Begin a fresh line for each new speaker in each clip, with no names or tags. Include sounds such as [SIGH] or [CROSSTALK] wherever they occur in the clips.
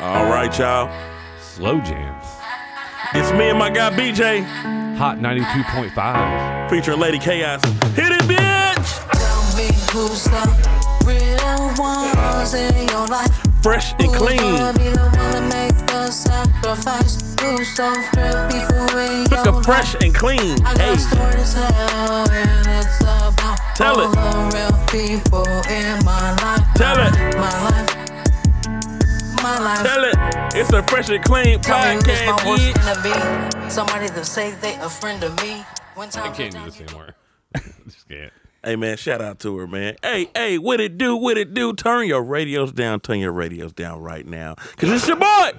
All right, y'all.
Slow jams.
It's me and my guy BJ
Hot 92.5.
featuring Lady Chaos. Hit it, bitch!
Tell me who's the real ones in your life.
Fresh and
Who's
clean.
gonna be the one to make the sacrifice? Who's the real people in
Look
your
a fresh
life?
and clean.
I got
Hey,
a story to tell, and it's about
Tell
all
it.
the real people in my life.
Tell it.
My life. My life.
tell it. It's a fresh and clean
Tell me who's my
podcast.
worst
bitch.
enemy. Somebody to say they a friend of me. When
I
time
can't do
comes,
this anymore. [LAUGHS] Just can't.
Hey, man, shout out to her, man. Hey, hey, what it do? What it do? Turn your radios down. Turn your radios down right now. Because it's your boy,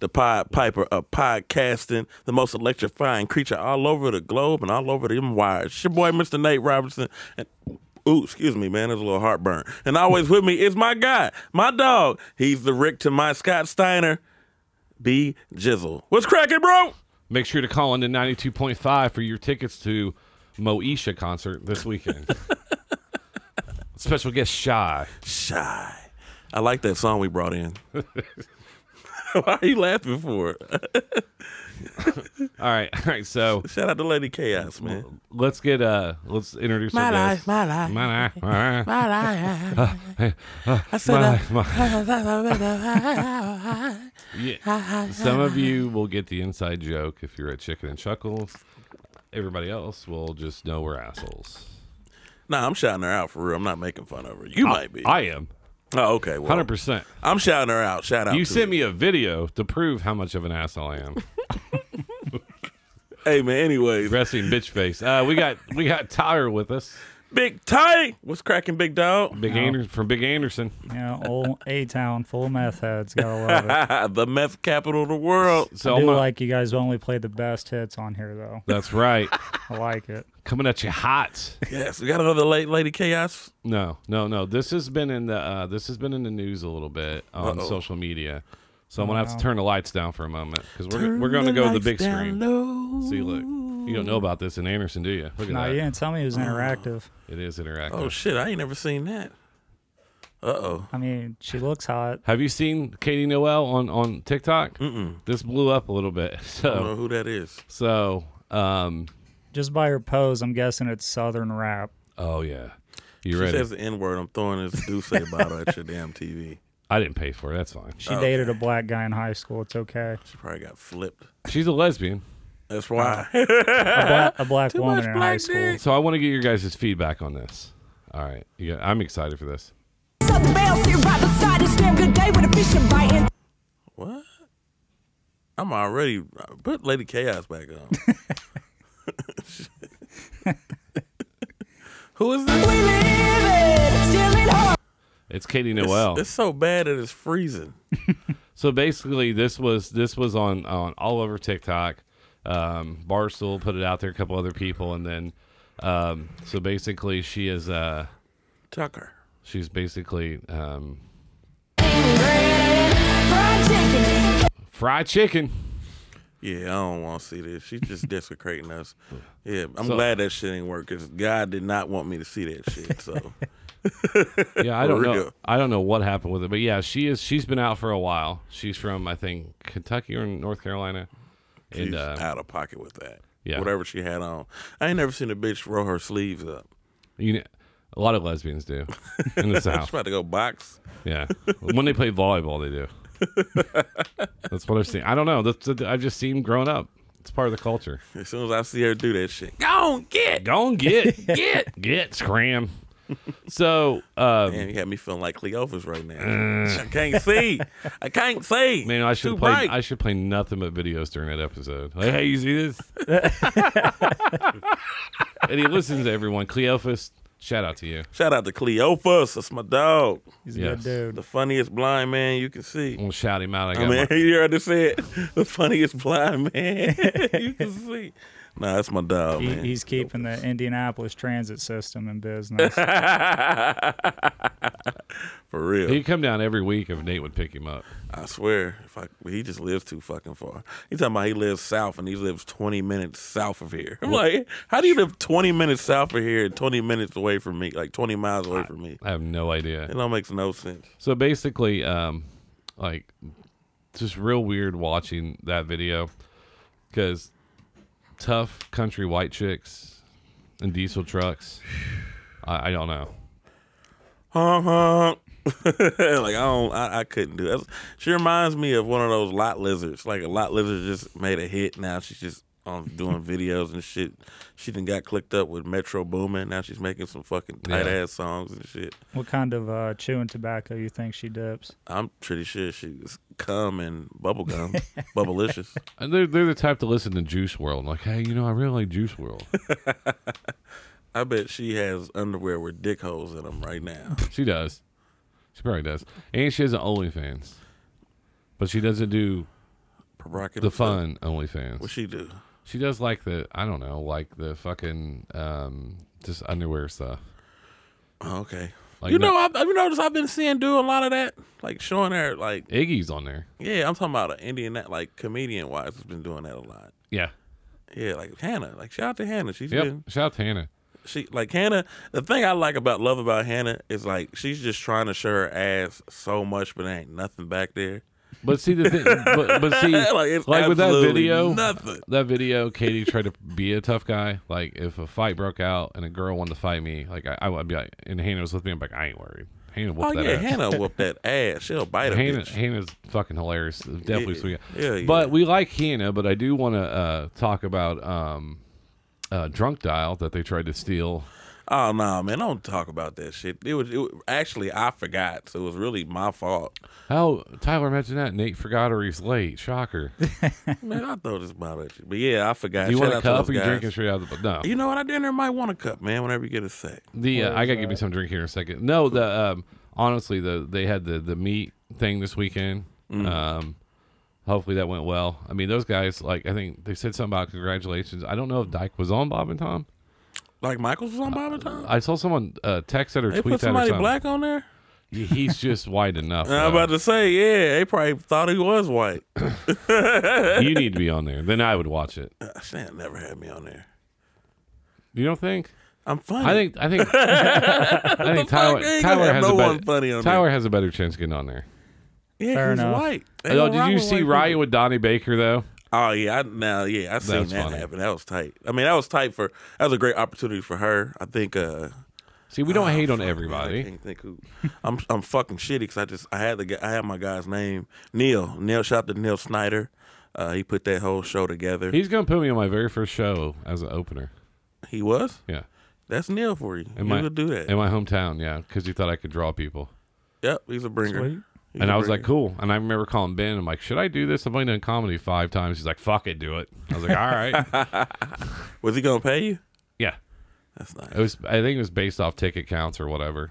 the Pod Piper of podcasting, the most electrifying creature all over the globe and all over them wires. It's your boy, Mr. Nate Robertson. And, ooh, excuse me, man. There's a little heartburn. And always with me is my guy, my dog. He's the Rick to my Scott Steiner. B Jizzle. What's cracking, bro?
Make sure to call in to 92.5 for your tickets to Moesha concert this weekend. [LAUGHS] Special guest Shy.
Shy. I like that song we brought
[LAUGHS]
in. Why are you laughing for?
All right, all right. So
[LAUGHS] Shout out to Lady Chaos, man.
let's get uh, let's introduce my life, my life, my life, [LAUGHS] my life.
I
My
said
life, my [LAUGHS] Yeah. Some of you will get the inside joke if you're at Chicken and Chuckles. Everybody else will just know we're assholes.
Nah, I'm shouting her out for real. I'm not making fun of her. You might be.
I am.
oh, okay. Well,
100%.
I'm shouting her out. Shout out.
You
to
sent
her.
me a video to prove how much of an asshole I am.
Hey man. Anyways,
Resting bitch face. Uh, we got we got Tyler with us.
Big Ty. What's cracking, Big Dog? [LAUGHS]
Big Anderson from Big Anderson.
Yeah, old A Town full of meth heads.
[LAUGHS]
Gotta love it. I
the meth capital of the
[LAUGHS]
world.
So
do
my-
like you guys only played the best hits on here though.
that's right.
I like it.
Coming at you hot.
Yes, we got another late Lady Chaos.
No, no, no. This has been in the uh, this has been in the news a little bit on
Uh-oh.
social media. So I'm gonna have to turn the lights down for a moment because we're we're gonna go to the big screen. See, look, you don't know about this in Anderson, do you? Look at
No,
that.
you didn't tell me it was interactive.
It is interactive.
Oh shit! I ain't never seen that. Uh oh.
I mean, she looks hot.
have you seen Katie Noel on on TikTok? Mm-mm. This blew up a little bit. [LAUGHS]
I don't know
So
who that is.
so um
Just by her pose, I'm guessing it's Southern rap.
oh yeah, you
She
ready?
says the N word. I'm throwing this Duce bottle at your damn TV.
I didn't pay for it. That's fine.
She dated a black guy in high school. It's okay.
She probably got flipped.
She's a lesbian.
That's why. [LAUGHS]
A, bla- a black woman
much
in
black
high school.
dick.
So I want to get your guys' feedback on this. All right, yeah, I'm excited for this.
Southern Belle sit right beside this damn good day with a fish are biting.
What? I'm already put Lady Chaos back
[LAUGHS]
on. Who is this?
We live it, still at home.
It's Katie
It's-
Noel.
It's, so bad that it's freezing.
So basically, this was this was on on all over TikTok. Um, Barstool put it out there, a couple other people, and then um, so basically, she is uh,
Tucker.
she's basically um,
Fried chicken.
fried chicken.
Yeah, I don't want to see this. She's
[LAUGHS]
just desecrating us. Yeah, I'm
So-
glad that shit ain't work because God did not want me to see that shit. So
Yeah, I don't know.
real.
I don't know what happened with it, but yeah, she is. She's been out for a while. She's from I think Kentucky or North Carolina.
she's
[LAUGHS] And uh,
out of pocket with that.
yeah.
Whatever she had on. I ain't never seen a bitch roll her sleeves up.
you know, a lot of lesbians do
[LAUGHS]
in the
She's
South.
about to go box.
Yeah. when they play volleyball, they do.
[LAUGHS]
That's what I've seen. I don't know. That's, that- I've just seen growing up. It's part of the culture.
As soon as I see her do that shit, go on, get.
Go
[LAUGHS]
and get, get, get, scram. So, uh,
Man, you had me feeling like Cleophas right now. I can't see. I can't see.
Mm. man, I should
Too
play.
bright.
I should play nothing but videos during that episode. Like, hey, you see this? and he listens to everyone. Cleophas, shout out to you.
Shout out to Cleophas. That's my dog.
He's a
Yes.
good
The
dude.
funniest blind man you can see.
I'm gonna shout him out. I got
I mean,
Mm,
[LAUGHS]
my-
you already said the funniest blind man [LAUGHS] you can see. Nah, that's my dog,
He,
Oh, man. [LAUGHS]
he's keeping the Indianapolis transit system in business.
For real.
he'd come down every week if Nate would pick him up.
I swear, if I, he just lives too fucking far. He's talking about he lives south and he lives 20 minutes south of here. [LAUGHS] I'm like, how do you live 20 minutes south of here and 20 minutes away from me, like 20 miles away from me?
I have no idea.
It don't makes no sense.
So basically, um, like just real weird watching that video because tough country white chicks and diesel trucks. I, I don't know.
Honk, honk. [LAUGHS] like I don't, I, I couldn't do that. She reminds me of one of those lot lizards. Like a lot lizard just made a hit. Now she's just on doing videos and shit. She done got clicked up with Metro Boomin. Now she's making some fucking
Yeah.
tight ass songs and shit.
What kind of uh, chewing tobacco you think she dips?
I'm pretty sure she was cum and bubblegum, bubblicious.
And they're they're the type to listen to Juice World. Like, hey, you know, I really like Juice World.
I bet she has underwear with dick holes in them right now.
She does. She probably does. And she has an OnlyFans, but she doesn't do
Provocative.
the
stuff.
fun OnlyFans.
What she do?
She does like the I don't know, like the fucking um just underwear stuff.
Oh, okay.
Like
you
no-
know, I've, you noticed I've been seeing do a lot of that, like showing her, like
Iggy's on there.
yeah, I'm talking about an Indian that, like comedian wise, has been doing that a lot.
Yeah.
Yeah, like Hannah, like shout out to Hannah. She's
Yep.
been
Shout out to Hannah.
she like Hannah. The thing I like about love about Hannah is like she's just trying to show her ass so much, but there ain't nothing back there.
But see the thing, but, but see,
[LAUGHS] Like, it's
like, with that
absolutely
video,
nothing.
that video, Katie tried to be a tough guy. Like if a fight broke out and a girl wanted to fight me, like I, I would be like, and Hannah was with me. I'm like, I ain't worried. Hannah
Oh
whooped that
yeah,
ass. [LAUGHS]
Hannah whooped that ass. She'll bite a
Hannah,
bitch.
Hannah's fucking hilarious. Definitely
Yeah,
sweet.
yeah, yeah.
But we like Hannah, but I do want to uh, talk about um, uh, Drunk Dial that they tried to steal.
Oh no, man! Don't talk about that shit. It was, it was actually I forgot, so it was really my fault.
Oh, Tyler, imagine that. Nate forgot or he's
[LAUGHS]
late. Shocker.
Man, I throw this bottle at you, but yeah, I forgot.
Do you
Shout
want a
out to
cup
those
or you
guys.
drinking straight out of the. No.
You know what? I damn near might want a cup, man. Whenever you get a sec.
The uh,
Or
I
is
gotta give me
that-
some drink here in a second. No, the um, honestly, the they had the the meat thing this weekend.
Mm.
Um, hopefully that went well. I mean, those guys like I think they said something about congratulations. I don't know if Dyke was on Bob and Tom.
Like Michaels was on Bob and Tom.
I saw someone uh, text that or
they
tweet
put
that or
somebody
something.
black on there.
He- He's just white
[LAUGHS]
enough.
I'm
though.
about to say, yeah, they probably thought he was white. [LAUGHS]
you need to be on there. Then I would watch it.
Shan never had me on there.
You don't think?
I'm funny.
I think
[LAUGHS]
I think I think Tyler,
They ain't gonna
Tyler
have
has
no
a better
one funny on
Tyler has a better chance of getting on there.
there. Yeah,
Fair
he's
enough.
white. They
Oh,
don't
did
rock
you
with
see
white
Ryan
people.
with Donnie Baker though?
Oh yeah, I, now yeah, I seen
was
that
funny.
happen. That was tight. I mean, that was tight for. That was a great opportunity for her. I think. uh
See, we don't hate on
Fuck, man, I
everybody.
can't think who. I'm I'm fucking shitty because I just I had the guy- I had my guy's name Neil Neil. Shout out to Neil Snyder. Uh, he put that whole show together. He,
He's gonna put me on my very first show as an opener.
was.
Yeah,
That's Neil for you.
in
you
my
could do that.
in my hometown. Yeah, because he thought I could draw people,
yep, he's a bringer.
Sweet.
He's
and
a
I was like,
bringer.
cool. And I remember calling Ben. I'm like, should I do this? I've only done comedy five times. He's like, fuck it, do it. I was like, all
[LAUGHS]
right.
was he gonna pay you?
yeah,
That's nice.
it was. I think it was based off ticket counts or whatever.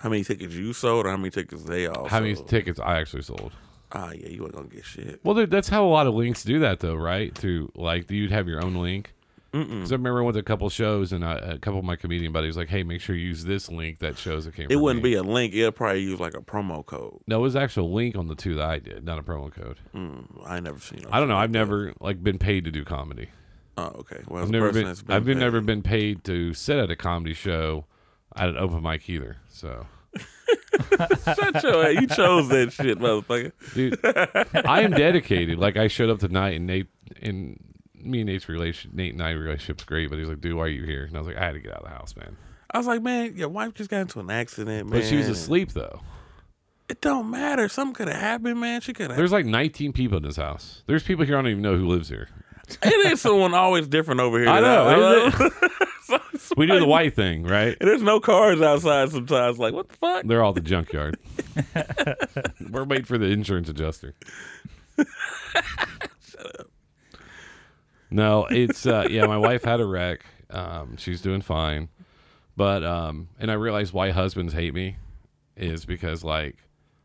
How many tickets you sold, or how many tickets they all?
How many
sold?
tickets I actually sold?
Ah, yeah, you ain't gonna get shit.
Well, dude, that's how a lot of links do that, though, right? To like, you'd have your own link. Because I remember I went to a couple shows, and I, a couple of my comedian buddies like, "Hey, make sure you use this link that shows it came."
It wouldn't be a link. It'll probably use like a promo code.
No, it was actual link on the two that I did, not a promo code.
Mm-hmm. I ain't never seen. no
I don't know.
shit
I've
like that.
never like been paid to do comedy.
Oh, okay. Well,
I've
as a
never
person
been.
that's
I've been,
paid-
never been paid to sit at a comedy show at an open mic either. So,
[LAUGHS] Shut your ass. You chose that shit, motherfucker.
dude, I am dedicated. Like I showed up tonight, and Nate and me and Nate's relation, Nate and I relationship's great. But he's like, "Dude, why are you here?" And I was like, "I had to get out of the house, man."
I was like, man, your wife just got into an accident, man.
But she was asleep though.
It don't matter. Something could have happened, man. She could have.
There's like 19 people in this house. There's people here I don't even know who lives here.
It ain't someone always different over here.
I
than
know.
I-
We do the white thing, right?
[LAUGHS] There's no cars outside sometimes. Like, what the fuck?
They're all the junkyard. We're waiting for the insurance adjuster. No, it's uh, yeah. My wife had a wreck. Um, she's doing fine, but um, and I realized why husbands hate me is because like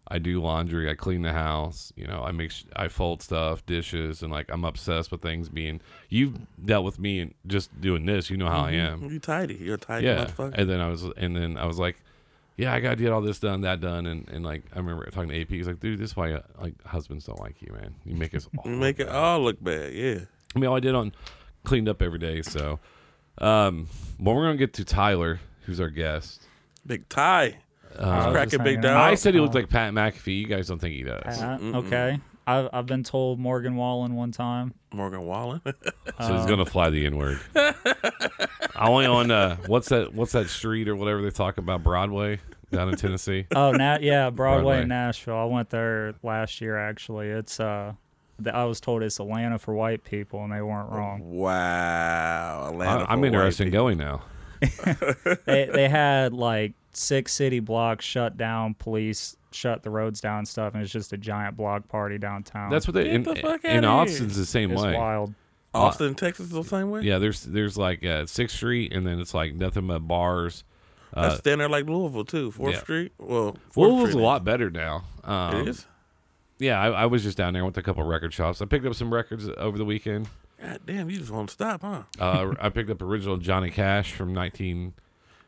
I do laundry, I clean the house, you know, I make sh- I fold stuff, dishes, and like I'm obsessed with things being. You've dealt with me and just doing this. You know how I am
You tidy. You're a tidy
yeah
motherfucker.
and then i was and then i was like yeah i gotta get all this done that done and, and like i remember talking to ap he's like dude this is why uh, like husbands don't like you man you make
[LAUGHS]
us all
You make it all look bad. Yeah.
i mean all i did on cleaned up every day so um well we're gonna get to tyler who's our guest
Big tie.
I was
cracking
just
Uh, big
hanging
dog.
out.
uh-huh.
i said he looked like pat mcafee you guys don't think he does
Uh, okay. I've, I've been told Morgan Wallen one time.
Morgan Wallen. [LAUGHS] Uh-huh.
So he's gonna fly the N word. Only on uh, what's that? What's that street or whatever they talk about Broadway down
[LAUGHS]
in Tennessee?
Oh, now
[LAUGHS]
yeah, Broadway
Broadway.
in Nashville. I went there last year. Actually, it's uh, th- I was told it's Atlanta for white people, and they weren't
Oh.
wrong.
wow, Atlanta.
I, am
for
interested in
white people.
going now.
they they had like six city blocks shut down. Police shut the roads down, and stuff, and it's just a giant block party downtown.
That's what they in,
the fuck
in
outta
Austin's the same
it's
way.
wild.
Austin, Texas, is the same way.
Yeah, there's there's like uh, Sixth Street, and then it's like nothing but bars.
I stand there like Louisville too. Fourth
uh, yeah.
Street. Well, Fourth
Louisville's a
Street
lot better now. Um,
It is.
Yeah, I, I was just down there. Went to a couple record shops. I picked up some records over the weekend.
God damn, you just won't stop, huh?
Uh, [LAUGHS] I picked up original Johnny Cash from 19.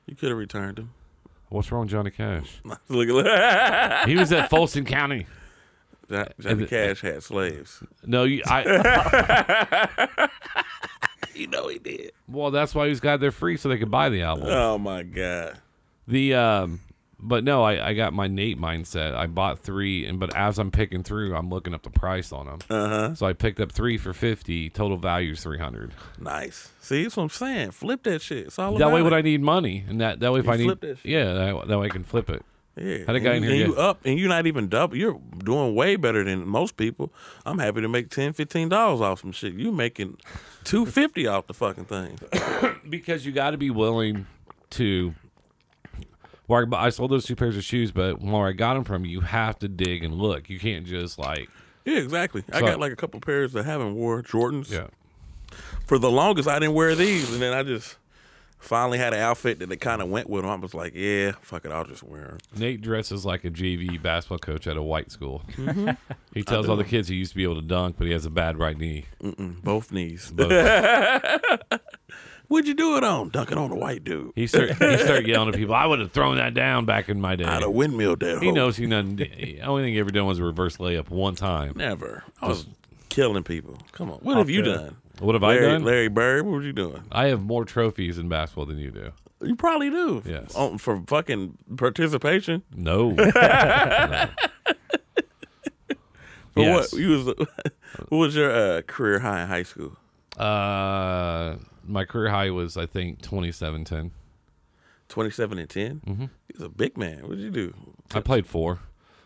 You could have returned him.
What's wrong, with Johnny Cash?
[LAUGHS] Look at that.
He was at Folsom County.
Jo- [LAUGHS] Johnny Cash had slaves.
No, you,
[LAUGHS]
I.
You know he did.
Well, that's why he was got there free so they could buy the album.
Oh my god.
The um, but no, I, I got my Nate mindset. I bought three, and but as I'm picking through, I'm looking up the price on them. Uh-huh. So I picked up three for fifty. Total value is three hundred.
Nice. See, that's what I'm saying. Flip that shit. It's all
That
about
way,
it.
when I need money, and that that way, if
You
I
flip
need,
that shit.
yeah, that, that way I can flip it.
Yeah.
Had a guy
and,
in
and
here
you
get-
up and you're not even double. You're doing way better than most people. I'm happy to make 10 dollars off some shit. You making two fifty off the fucking
[LAUGHS]
thing.
because you got to be willing to where I, bu- I sold those two pairs of shoes, but where I got them from, you have to dig and look. You can't just like
Yeah, exactly. I
So-
got like a couple pairs that haven't wore Jordans.
yeah.
For the longest, I didn't wear these, and then I just finally had an outfit that it kind of went with them. I was like, yeah, fuck it, I'll just wear them.
Nate dresses like a JV basketball coach at a white school.
Mm-hmm.
[LAUGHS] he tells all the kids he used to be able to dunk, but he has a bad
[LAUGHS]
right knee.
Both knees.
But
What'd you do it on? Dunking on a white dude.
he start he start yelling at people. I would have thrown that down back in my day.
Out of windmill that
He
hoe.
knows he nothing. The only thing he ever done was a reverse layup one time.
Never. I was killing people. Come on. What have you
the-
done?
What have
Larry,
I done?
Larry Bird, what were you doing?
I have more trophies in basketball than you do.
You probably do.
Yes.
On, for fucking participation.
[LAUGHS] No.
For
Yes.
what? You was, [LAUGHS] what was your uh, career high in high school?
Uh, my career high was I think twenty seven ten.
27 and 10? Mm-hmm. He's a big man. What'd you do?
I played four,
Mm.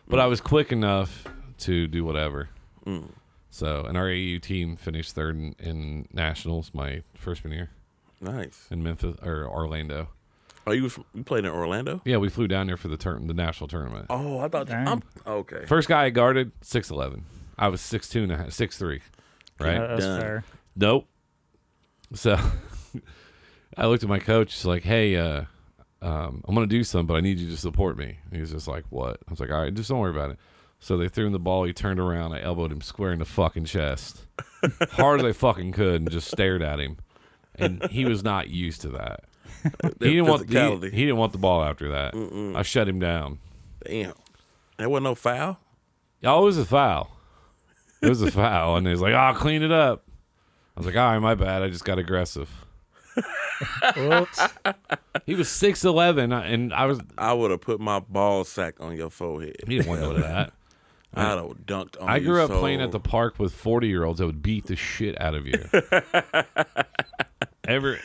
but I was quick enough to do whatever. So, and our AU team finished third in, in nationals my freshman year
Nice.
in Memphis or Orlando.
Oh, you, was from, you played in Orlando?
Yeah, we flew down there for the tur- the national tournament.
Oh, I thought
Dang.
I'm okay.
First guy I guarded six eleven. I was six two and a half, six three, right?
Uh, that's
Done.
fair.
Nope. So [LAUGHS] I looked at my coach. He's like, "Hey, uh, um, I'm gonna do something, but I need you to support me." And he was just like, "What?" I was like, "All right, just don't worry about it." So they threw him the ball. He turned around. I elbowed him square in the fucking chest, hard as I fucking could, and just stared at him. And he was not used to that. He didn't want the,
physicality.
he, he didn't want the ball after that. I shut him down.
Damn. There wasn't no foul?
Oh, it was a foul. It was a foul, and he was like, "I'll clean it up." I was like, "All right, my bad. I just got aggressive."
Whoops.
He was six eleven, uh, and I was.
I would have put my ball sack on your forehead.
He didn't want to go to
[LAUGHS]
that.
I'd have dunked on
I
you
grew up
so-
playing at the park with forty year olds that would beat the shit out
[LAUGHS]
of you. Ever,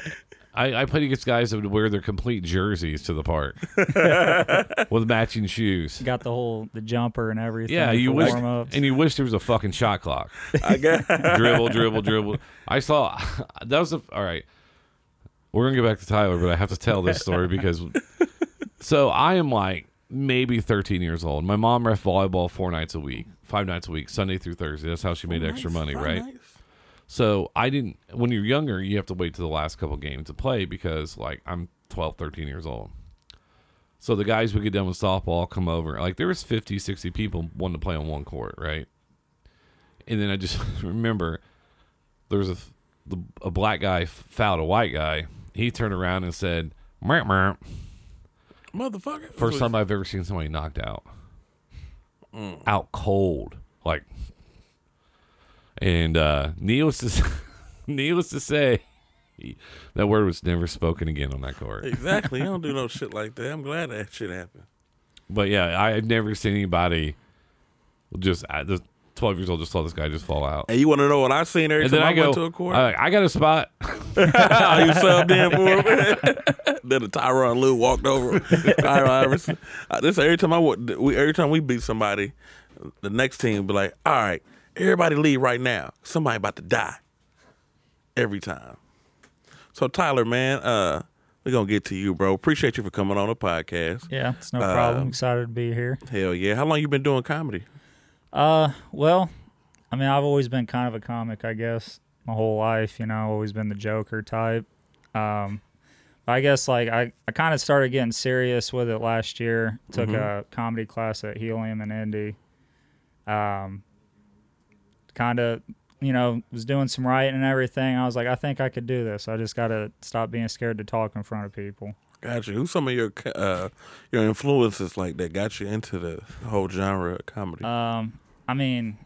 I, I played against guys that would wear their complete jerseys to
[LAUGHS]
the park with matching shoes.
Got the whole the jumper and everything.
Yeah, you
for
wish,
warm ups.
and you wish there was a fucking shot clock.
[LAUGHS] I got
[LAUGHS] dribble, dribble, dribble. I saw [LAUGHS] that was the all right. We're gonna go back to Tyler, but I have to tell this story because so I am like maybe 13 years old. My mom ref volleyball four nights a week, five nights a week, Sunday through Thursday. That's how she made extra money, right? So I didn't. When you're younger, you have to wait to the last couple games to play because like I'm 12, 13 years old. So the guys would get done with softball, come over. Like there was 50, 60 people wanting to play on one court, right? And then I just [LAUGHS] remember there was a f- the, a black guy f- fouled a white guy. He turned around and said, "Meow, meow."
Motherfucker.
First time I've ever seen somebody knocked out,
Mm.
out cold, like. And uh, needless to [LAUGHS] s- needless to say, that word was never spoken again on that
[LAUGHS]
court.
Exactly. You don't do no shit like that. I'm glad that shit happened.
But yeah, I have never seen anybody just I- the 12 years old, just saw this guy just fall out.
And you want to know what I seen every
And
time
then
I,
I go,
went to a court?
I, I got a spot.
[LAUGHS] How you subbed in for
[LAUGHS]
him? [LAUGHS] then the Tyron Lue walked over him. Tyron Iverson. Uh, This every time I wa- we every time we beat somebody, the next team be like, "All right, everybody leave right now. Somebody about to die." Every time. So Tyler, man, uh, we're gonna get to you, bro. Appreciate you for coming on the podcast.
Yeah, it's no problem. Excited to be here.
Hell yeah! How long you been doing comedy?
Well, I mean, I've always been kind of a comic, I guess, my whole life. You know, always been the Joker type. Um, but I guess like I, I kind of started getting serious with it last year. Took a comedy class at Helium in Indy. Um, kind of, you know, was doing some writing and everything. I was like, I think I could do this. I just gotta stop being scared to talk in front of people.
Gotcha. Who's some of your uh, your influences like that got you into the whole genre of comedy?
Um, I mean,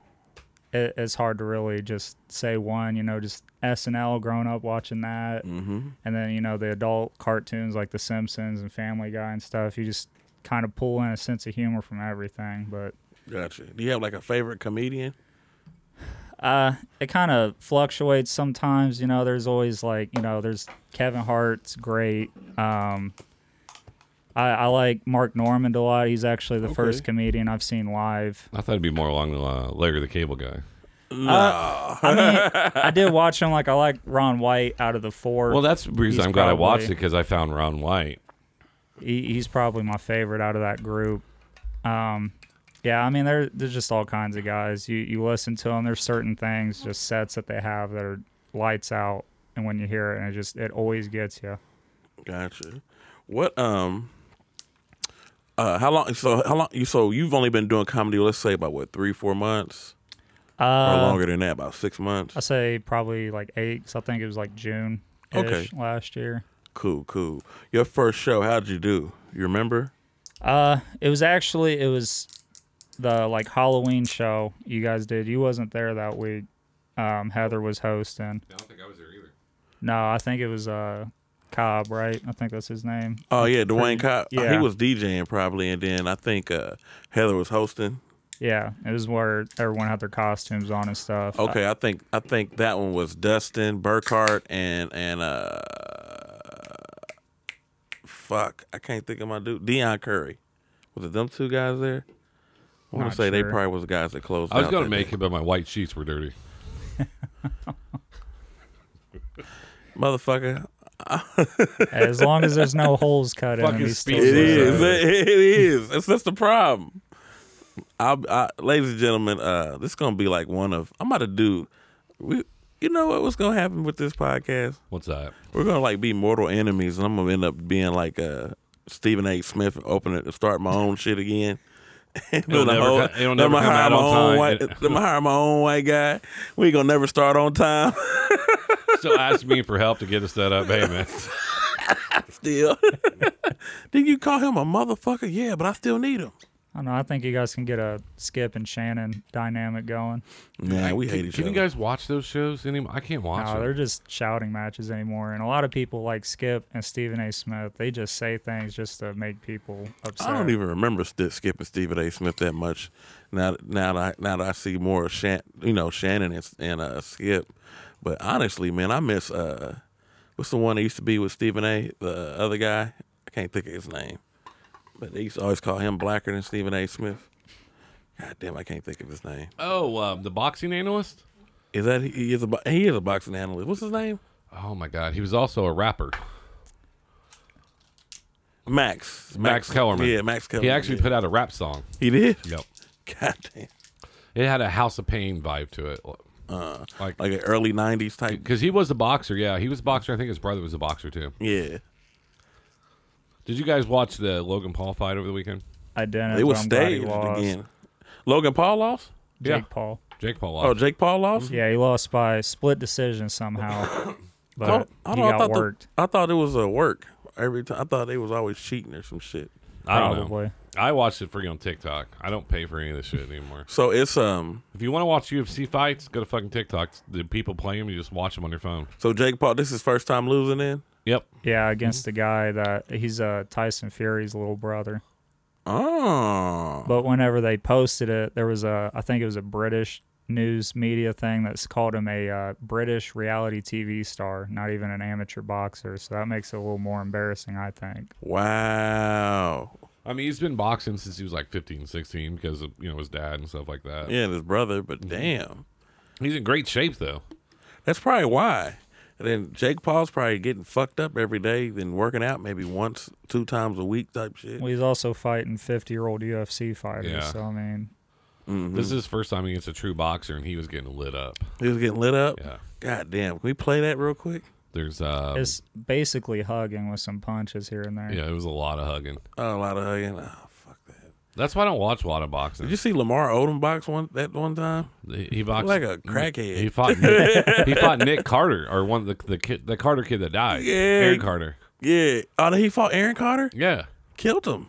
it, it's hard to really just say one. You know, just SNL, growing up watching that, mm-hmm. and then you know the adult cartoons like The Simpsons and Family Guy and stuff. You just kind of pull in a sense of humor from everything, but
Gotcha. Do you have like a favorite comedian?
uh, it kind of fluctuates sometimes. You know, there's always like you know, there's Kevin Hart's great. Um, I, I like Mark Normand a lot. He's actually the first comedian I've seen live.
I thought it'd be more along the uh, Larry the Cable Guy.
I mean, I did watch him. Like I like Ron White out of the four.
Well, that's the reason
He's
I'm glad I watched it
probably-
because I found Ron White.
he, he's probably my favorite out of that group. Um, yeah, I mean, there there's just all kinds of guys. You you listen to them. There's certain things, just sets that they have that are lights out, and when you hear it, and it just it always gets you.
Gotcha. What um uh how long so how long you so you've only been doing comedy let's say about what 3 4 months or
Uh,
longer than that about 6 months.
I say probably like eight. Cause I think it was like June.
Okay.
Last year.
Cool, cool. Your first show, how'd you do? You remember?
Uh, it was actually it was the like Halloween show you guys did. You wasn't there that week. Um, Heather was hosting.
I don't think I was there either.
No, I think it was uh Cobb, right? I think that's his name.
Oh yeah, Dwayne Cobb. uh,
yeah.
He was DJing probably and then I think uh Heather was hosting.
Yeah, it was where everyone had their costumes on and stuff.
Okay, I think I think that one was Dustin Burkhart and and uh fuck, I can't think of my dude Deion Curry. Was it them two guys there? I want
Not
to say they
sure.
probably was the guys that closed.
I was
out
going to
that
make
day.
it, but my white sheets were dirty.
motherfucker.
[LAUGHS] As long as there's
[LAUGHS]
no holes cut in,
Fucking
them, he's still
speech.
It is.
Sorry.
It is. That's that's the problem. I, I, ladies and gentlemen, uh, this is gonna be like one of I'm about to do. We, you know what? What's gonna happen with this podcast?
What's that?
We're gonna like be mortal enemies, and I'm gonna end up being like uh, Stephen A. Smith, open it, start my own shit again. [LAUGHS]
It'll never co- it'll
I'm
never
gonna
come
hire
out
my
on
own
time.
white.
It- [LAUGHS]
I'm gonna hire my own white guy. We gonna never start on time.
[LAUGHS]
[LAUGHS]
Still ask me for help to get us that up, hey [LAUGHS] man.
Still, [LAUGHS] did you call him a motherfucker? Yeah, but I still need him.
I don't know. I think you guys can get a Skip and Shannon dynamic going.
Man, we hate each
Can
other.
you guys watch those shows anymore? I can't watch
No,
them.
they're just shouting matches anymore. And a lot of people like Skip and Stephen A. Smith. They just say things just to make people upset.
I don't even remember st- skipping Stephen A. Smith that much. Now, now that I, now that I see more of Shan, you know Shannon and, and uh, Skip, but honestly, man, I miss uh, what's the one that used to be with Stephen A. The other guy, I can't think of his name, but they used to always call him blacker than Stephen A. Smith. God damn, I can't think of his name.
Oh, um, the boxing analyst?
Is that he is a bo- he is a boxing analyst? What's his name?
Oh my god. He was also a rapper.
Max
Max Kellerman.
Yeah, Max Kellerman.
He actually
yeah.
put out a rap song.
he did. [LAUGHS]
Yep.
God damn,
It had a House of Pain vibe to it. Uh, like
like an early '90s type.
because he was a boxer, yeah. He was a boxer. I think his brother was a boxer too.
Yeah.
Did you guys watch the Logan Paul fight over the weekend?
I didn't.
It
but
was
I'm glad he
staged
lost.
again. Logan Paul lost.
Jake
Yeah.
Paul.
Jake Paul lost.
Oh, Jake Paul lost.
Yeah, he lost by split
[COUGHS]
decision somehow. But
I, I
he
don't- I
got
thought the-
worked.
I thought it was a work every time. I thought they was always cheating or some shit.
I don't
Probably.
know. I watched it free on TikTok. I don't pay for any of this shit anymore.
So it's um.
If you want to watch UFC fights, go to fucking TikTok. The people play them. You just watch them on your phone.
So Jake Paul, this is first time losing. In
Yep. Mm-hmm.
Yeah, against the guy that he's uh, Tyson Fury's little brother.
Oh.
But whenever they posted it, there was a I think it was a British news media thing that's called him a uh, British reality TV star, not even an amateur boxer. So that makes it a little more embarrassing, I think.
Wow.
I mean, he's been boxing since he was like 15, 16 because of, you know, his dad and stuff like that.
Yeah, and his brother,
Mm-hmm.
but damn.
He's in great shape, though.
That's probably why. And then Jake Paul's probably getting fucked up every day, then working out maybe once, two times a week type shit.
Well, he's also fighting 50 year old UFC fighters.
Yeah.
So I mean,
Mm-hmm.
This is his first time against a true boxer, and he was getting lit up.
He was getting lit up.
Yeah.
God damn. Can we play that real quick?
There's, uh,
it's basically hugging with some punches here and there.
yeah, it was a lot of hugging.
Oh, a lot of hugging. Oh, fuck that.
That's why I don't watch a lot of boxing.
Did you see Lamar Odom box one that one time?
He he boxed
like a crackhead.
He fought. Nick,
[LAUGHS]
he fought Nick Carter, or one of the the kid, the Carter kid that died.
Yeah.
Aaron Carter.
Yeah. Oh, he fought Aaron Carter?
Yeah,
Killed him.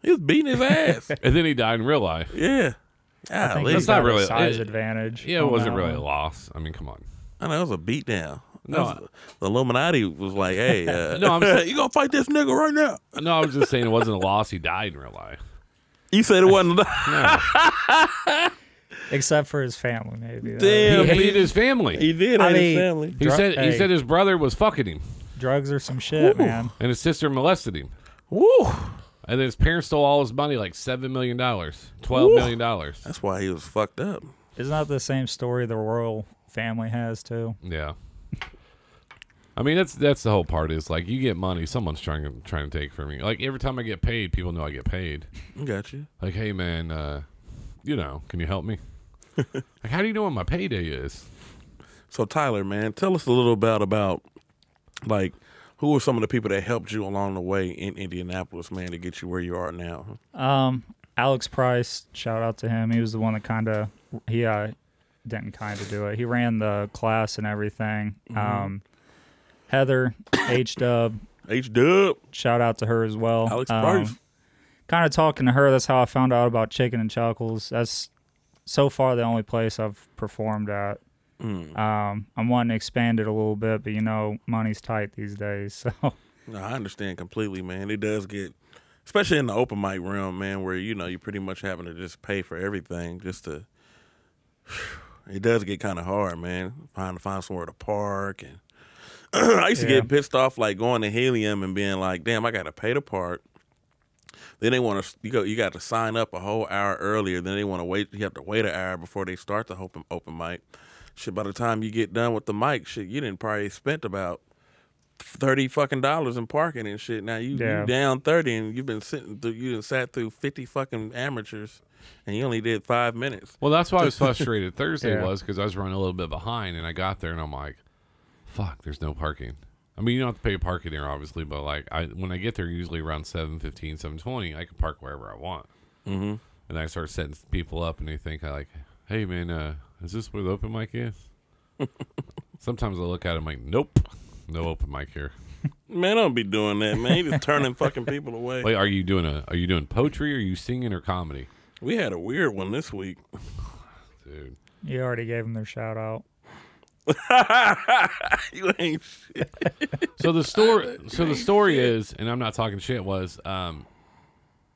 He was beating his
[LAUGHS]
ass.
and then he died in real life.
yeah.
I think
Golly.
he's
That's not
got a
really-
size
it-
advantage.
Yeah, it
on
wasn't
that
really a
one.
loss. I mean, come on.
I know it was a beatdown.
No,
That was- the Illuminati was like,
[LAUGHS]
"Hey, uh, [LAUGHS]
No, I'm s-
you gonna fight this nigga right now?"
No, I was just saying it wasn't a loss. He died in real life.
You said it wasn't.
[LAUGHS]
Except for his family, maybe. That-
Damn,
He
he,
hated his family.
he [LAUGHS] did.
I
hate his
mean-
family.
He
Dr-
said he
hey.
said his brother was fucking him,
Drugs are some shit, man.
and his sister molested him,
Woo!
and then his parents stole all his money, like seven million dollars, twelve
Woo.
million dollars.
That's why he was fucked up.
Isn't that the same story the royal family has too?
Yeah. I mean that's that's the whole part is like you get money someone's trying to trying to take from you like every time I get paid people know I get paid
I Got you.
like, hey man, uh, you know, can you help me? like, how do you know when my payday is?
So Tyler, man, tell us a little about about like who were some of the people that helped you along the way in Indianapolis, man, to get you where you are now.
Um, Alex Price, shout out to him. He was the one that kind of he uh, didn't kind of do it. He ran the class and everything.
Mm-hmm.
Um, Heather H Dub,
H Dub,
shout out to her as well.
Alex Price.
Kind of talking to her. That's how I found out about Chicken and Chuckles. That's so far the only place I've performed at.
Mm.
Um, I'm wanting to expand it a little bit, but you know, money's tight these days. [LAUGHS] So
No, I understand completely, man. It does get, especially in the open mic realm, man, where you know you're pretty much having to just pay for everything just to. It does get kind of hard, man. Trying to find somewhere to park, and [CLEARS THROAT] I used to
Yeah.
get pissed off like going to Helium and being like, "Damn, I got to pay to park." Then they want to you go. You got to sign up a whole hour earlier. Then they want to wait. You have to wait an hour before they start the open open mic. Shit, by the time you get done with the mic, shit, you didn't probably spent about thirty fucking dollars in parking and shit. Now you,
Yeah.
you down thirty, and you've been sitting through. You done sat through fifty fucking amateurs, and you only did five minutes.
Well, that's why I was frustrated Thursday
Yeah.
was because I was running a little bit behind, and I got there and I'm like, fuck, there's no parking. I mean, you don't have to pay parking there, obviously, but like, I when I get there, usually around 7.15, 7.20, I can park wherever I want. Mm-hmm. And I start setting people up, and they think I like, hey man, uh, is this where the open mic is? Sometimes I look at them like, nope, no open mic here.
Man, don't be doing that, man. You just turning fucking people away.
Wait, are you doing a? Are you doing poetry? Are you singing or comedy,
We had a weird one this week. [LAUGHS]
dude?
you already gave them their shout out.
you ain't shit.
So the story. so the story is, and I'm not talking shit. Was um,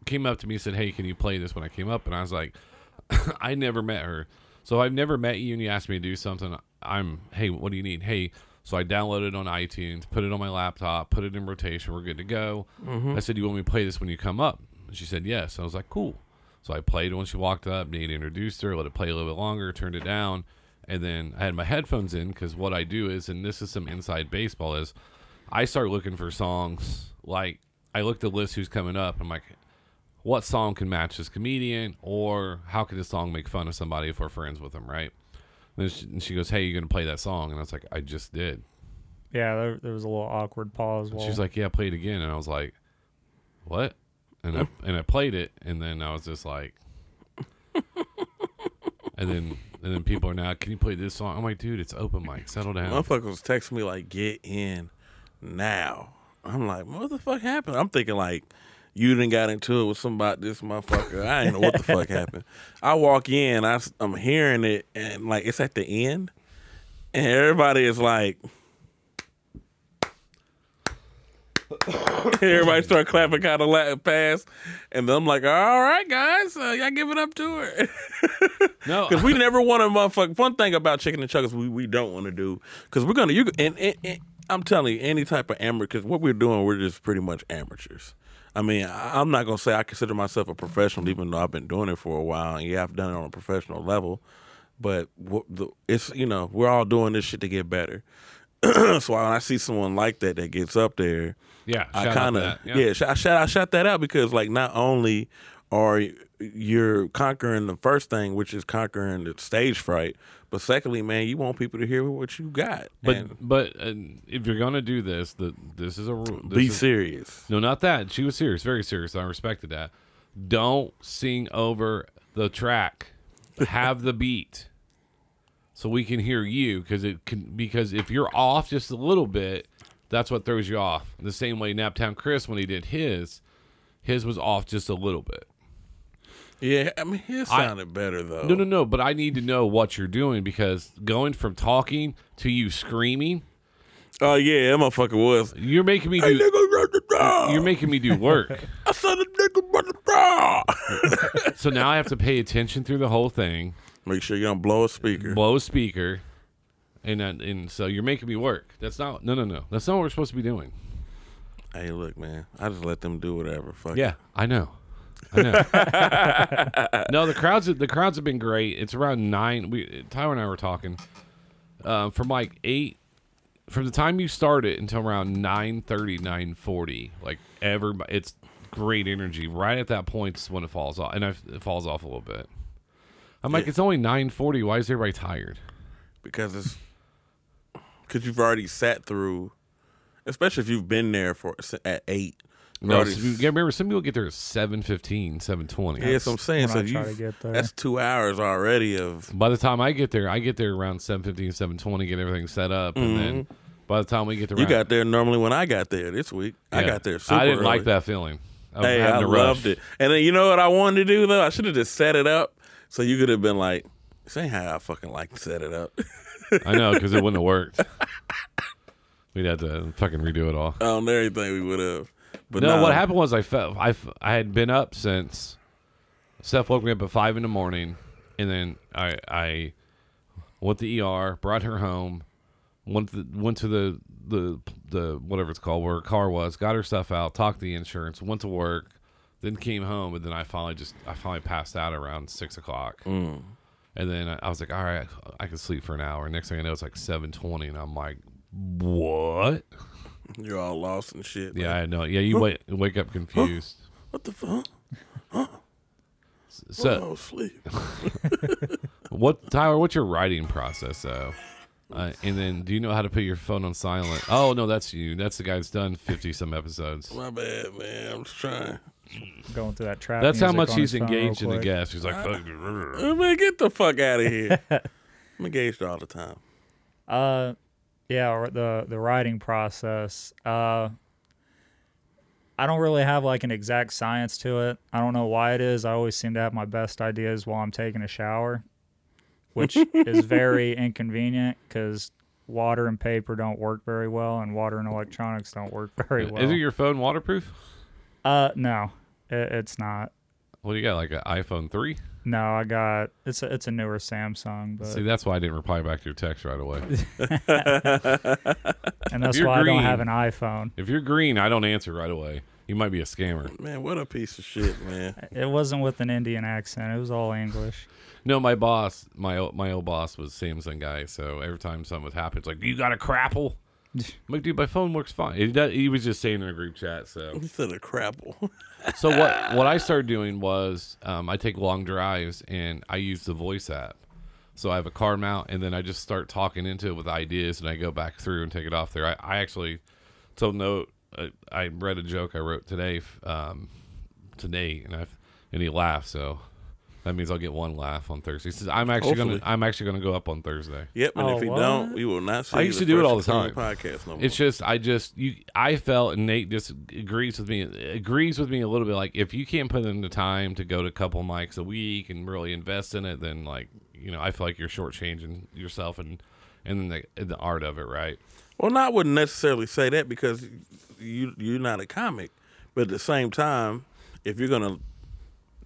came up to me and said, "Hey, can you play this?" When I came up, and I was like, [LAUGHS] "I never met her, so I've never met you." And you asked me to do something. I'm, hey, what do you need? Hey, so I downloaded it on iTunes, put it on my laptop, put it in rotation. We're good to go. I said, "You want me to play this when you come up?" And she said, "Yes." I was like, "Cool." So I played it when she walked up. Nate introduced her, let it play a little bit longer, turned it down, and then I had my headphones in because what I do is, and this is some inside baseball is. I start looking for songs. Like I looked at the list who's coming up. I'm like, what song can match this comedian, or how could this song make fun of somebody if we're friends with them, right? And then she, and she goes, "Hey, you gonna play that song?" And I was like, "I just did."
Yeah, there, there was a little awkward pause. While
She's like, "Yeah, play it again." And I was like, "What?" And I and I played it, and then I was just like, [LAUGHS] and then and then people are now, "Can you play this song?" I'm like, "Dude, it's open mic. Settle down."
Motherfuckers was texting me like, "Get in now." I'm like, "What the fuck happened?" I'm thinking like, "You didn't got into it with somebody." This motherfucker, I ain't know what the fuck happened. I walk in, I, am hearing it, and like it's at the end, and everybody is like, Everybody start clapping kind of Latin fast, and then I'm like, all right, guys, uh, y'all give it up to [LAUGHS] her. [LAUGHS]
No,
Because we never want to motherfuck. One thing about chicken and chuggers we, we don't want to do because we're gonna you and, and, and I'm telling you any type of amateur because what we're doing we're just pretty much amateurs. I mean I, I'm not gonna say I consider myself a professional even though I've been doing it for a while and yeah I've done it on a professional level, but what the, it's you know we're all doing this shit to get better. [CLEARS THROAT] so when I see someone like that that gets up there,
yeah,
I
shout out
kind
to
of
that,
yeah. sh- I shout I shout that out because like not only are y- you're conquering the first thing, which is conquering the stage fright, but secondly, man, you want people to hear what you got.
But
And
but uh, if you're gonna do this, the this is a rule.
be
this is-
serious.
No, not that. She was serious, very serious. I respected that. Don't sing over the track. Have the beat, so we can hear you. Because it can. Because if you're off just a little bit, that's what throws you off. The same way Naptown Chris when he did his, his was off just a little bit.
Yeah, I mean, it
I-
sounded better though.
No, no, no. But I need to know what you're doing because going from talking to you screaming,
Oh yeah, that motherfucker was.
you're making me
Hey,
do.
nigga, run the draw.
You're making me do work.
I said, the nigga, run the draw.
so now I have to pay attention through the whole thing.
[LAUGHS] Make sure you don't blow a speaker.
blow a speaker, and that, and so you're making me work. That's not no no no. That's not what we're supposed to be doing.
Hey, look, man, I just let them do whatever. Fuck. it.
I know. I know. [LAUGHS] no, the crowds the crowds have been great. It's around nine. We Tyler and I were talking uh, from like eight. From the time you start it until around 9.30, 9.40, like everybody, it's great energy. Right at that point is when it falls off, and I, it falls off a little bit. I'm like, it's only 9.40. Why is everybody tired?
because it's because you've already sat through, especially if you've been there for at eight.
No,
Already-
so you gotta remember some people get there at 7.15, 7.20.
yeah, that's what I'm saying.
When
So
I try to
you
get there.
that's two hours already of
by the time I get there, I get there around 7.15, 7.20, get everything set up, and then by the time we get there,
Mm-hmm. you got there normally when I got there this week. I got there. Super
I didn't
early.
like that feeling. I was
Hey,
having
I
to rush.
loved it. And then you know what I wanted to do though? I should have just set it up so you could have been like, "This ain't how I fucking like to set it up." [LAUGHS]
I know because it wouldn't have worked. We'd have to fucking redo it all.
On everything we would have. But
no,
nah,
what happened was I felt I, f- I had been up since Steph woke me up at five in the morning, and then I I went to the ER, brought her home, went to the, went to the the the whatever it's called where her car was, got her stuff out, talked to the insurance, went to work, then came home, and then I finally just I finally passed out around six o'clock.
Mm.
And then I I was like, all right, I can sleep for an hour. Next thing I know, it's like seven twenty, and I'm like, what?
You're all lost and shit.
Yeah,
Like,
I
[LAUGHS]
know. Yeah, you wake, wake up confused.
what the fuck?
So,
Oh, sleep.
what, Tyler? What's your writing process, though? Uh, and then, do you know how to put your phone on silent? Oh no, that's you. That's the guy that's done fifty some episodes.
My bad, man. I'm just trying.
Going through that trap.
That's how
music
much
on
he's
his phone real
engaged in the
quick.
guest. He's like, "Fuck you."
Oh, Man, get the fuck out of here.
[LAUGHS]
I'm engaged all the time.
Uh, yeah, or the the writing process. Uh, I don't really have like an exact science to it. I don't know why it is. I always seem to have my best ideas while I'm taking a shower,
[LAUGHS]
which is very inconvenient because water and paper don't work very well, and water and electronics don't work [LAUGHS] very well.
Isn't your phone waterproof?
uh, no, it, it's not.
What do you got? Like an iPhone three?
No, I got it's a, it's a newer Samsung, but
See, that's why I didn't reply back to your text right away.
[LAUGHS]
[LAUGHS]
and that's
you're
why I
green-
don't have an iPhone.
if you're green, I don't answer right away. You might be a scammer.
Man, what a piece of shit,
[LAUGHS]
man.
It wasn't with an Indian accent. It was all English.
No, my boss, my o- my old boss was Samsung guy. So every time something would happen, it's like, "You got a crapple?" I'm like, dude, my phone works fine. He, does, he was just saying in a group chat. So,
Instead of crapple. [LAUGHS]
so what what I started doing was um, I take long drives and I use the voice app. So I have a car mount, and then I just start talking into it with ideas, and I go back through and take it off there. I, I actually told no, I, I read a joke I wrote today, f- um, today, and I and he laughed. So that means I'll get one laugh on Thursday. He says I'm actually
Hopefully.
gonna I'm actually gonna go up on Thursday.
Yep, and
Oh,
if you
what?
don't, we will not see
I
you
used
the
to do it
first
all the
Cocoon
time.
podcast no more.
It's just I just you I felt and Nate just agrees with me agrees with me a little bit like if you can't put in the time to go to a couple mics a week and really invest in it then like you know I feel like you're shortchanging yourself and and then the, the art of it, right?
Well, no, I wouldn't necessarily say that because you you're not a comic, but at the same time, if you're gonna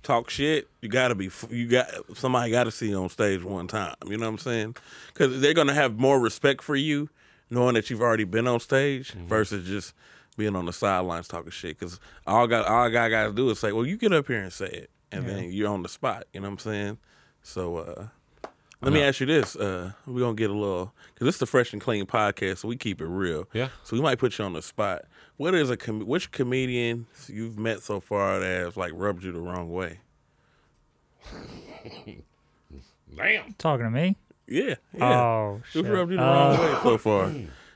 talk shit, you gotta be you got somebody got to see you on stage one time. You know what I'm saying? Because they're gonna have more respect for you knowing that you've already been on stage versus just being on the sidelines talking shit. Because all got all guy guys do is say, "Well, you get up here and say it," and then you're on the spot. You know what I'm saying? So. uh let me ask you this. Uh, we're going to get a little, because this is the Fresh and Clean podcast, so we keep it real.
Yeah.
So we might put you on the spot. What is a, com- which comedian you've met so far that has like rubbed you the wrong way?
Damn.
Talking to me?
Yeah. yeah.
Oh, shit.
Who's rubbed you the
Uh,
wrong way so far?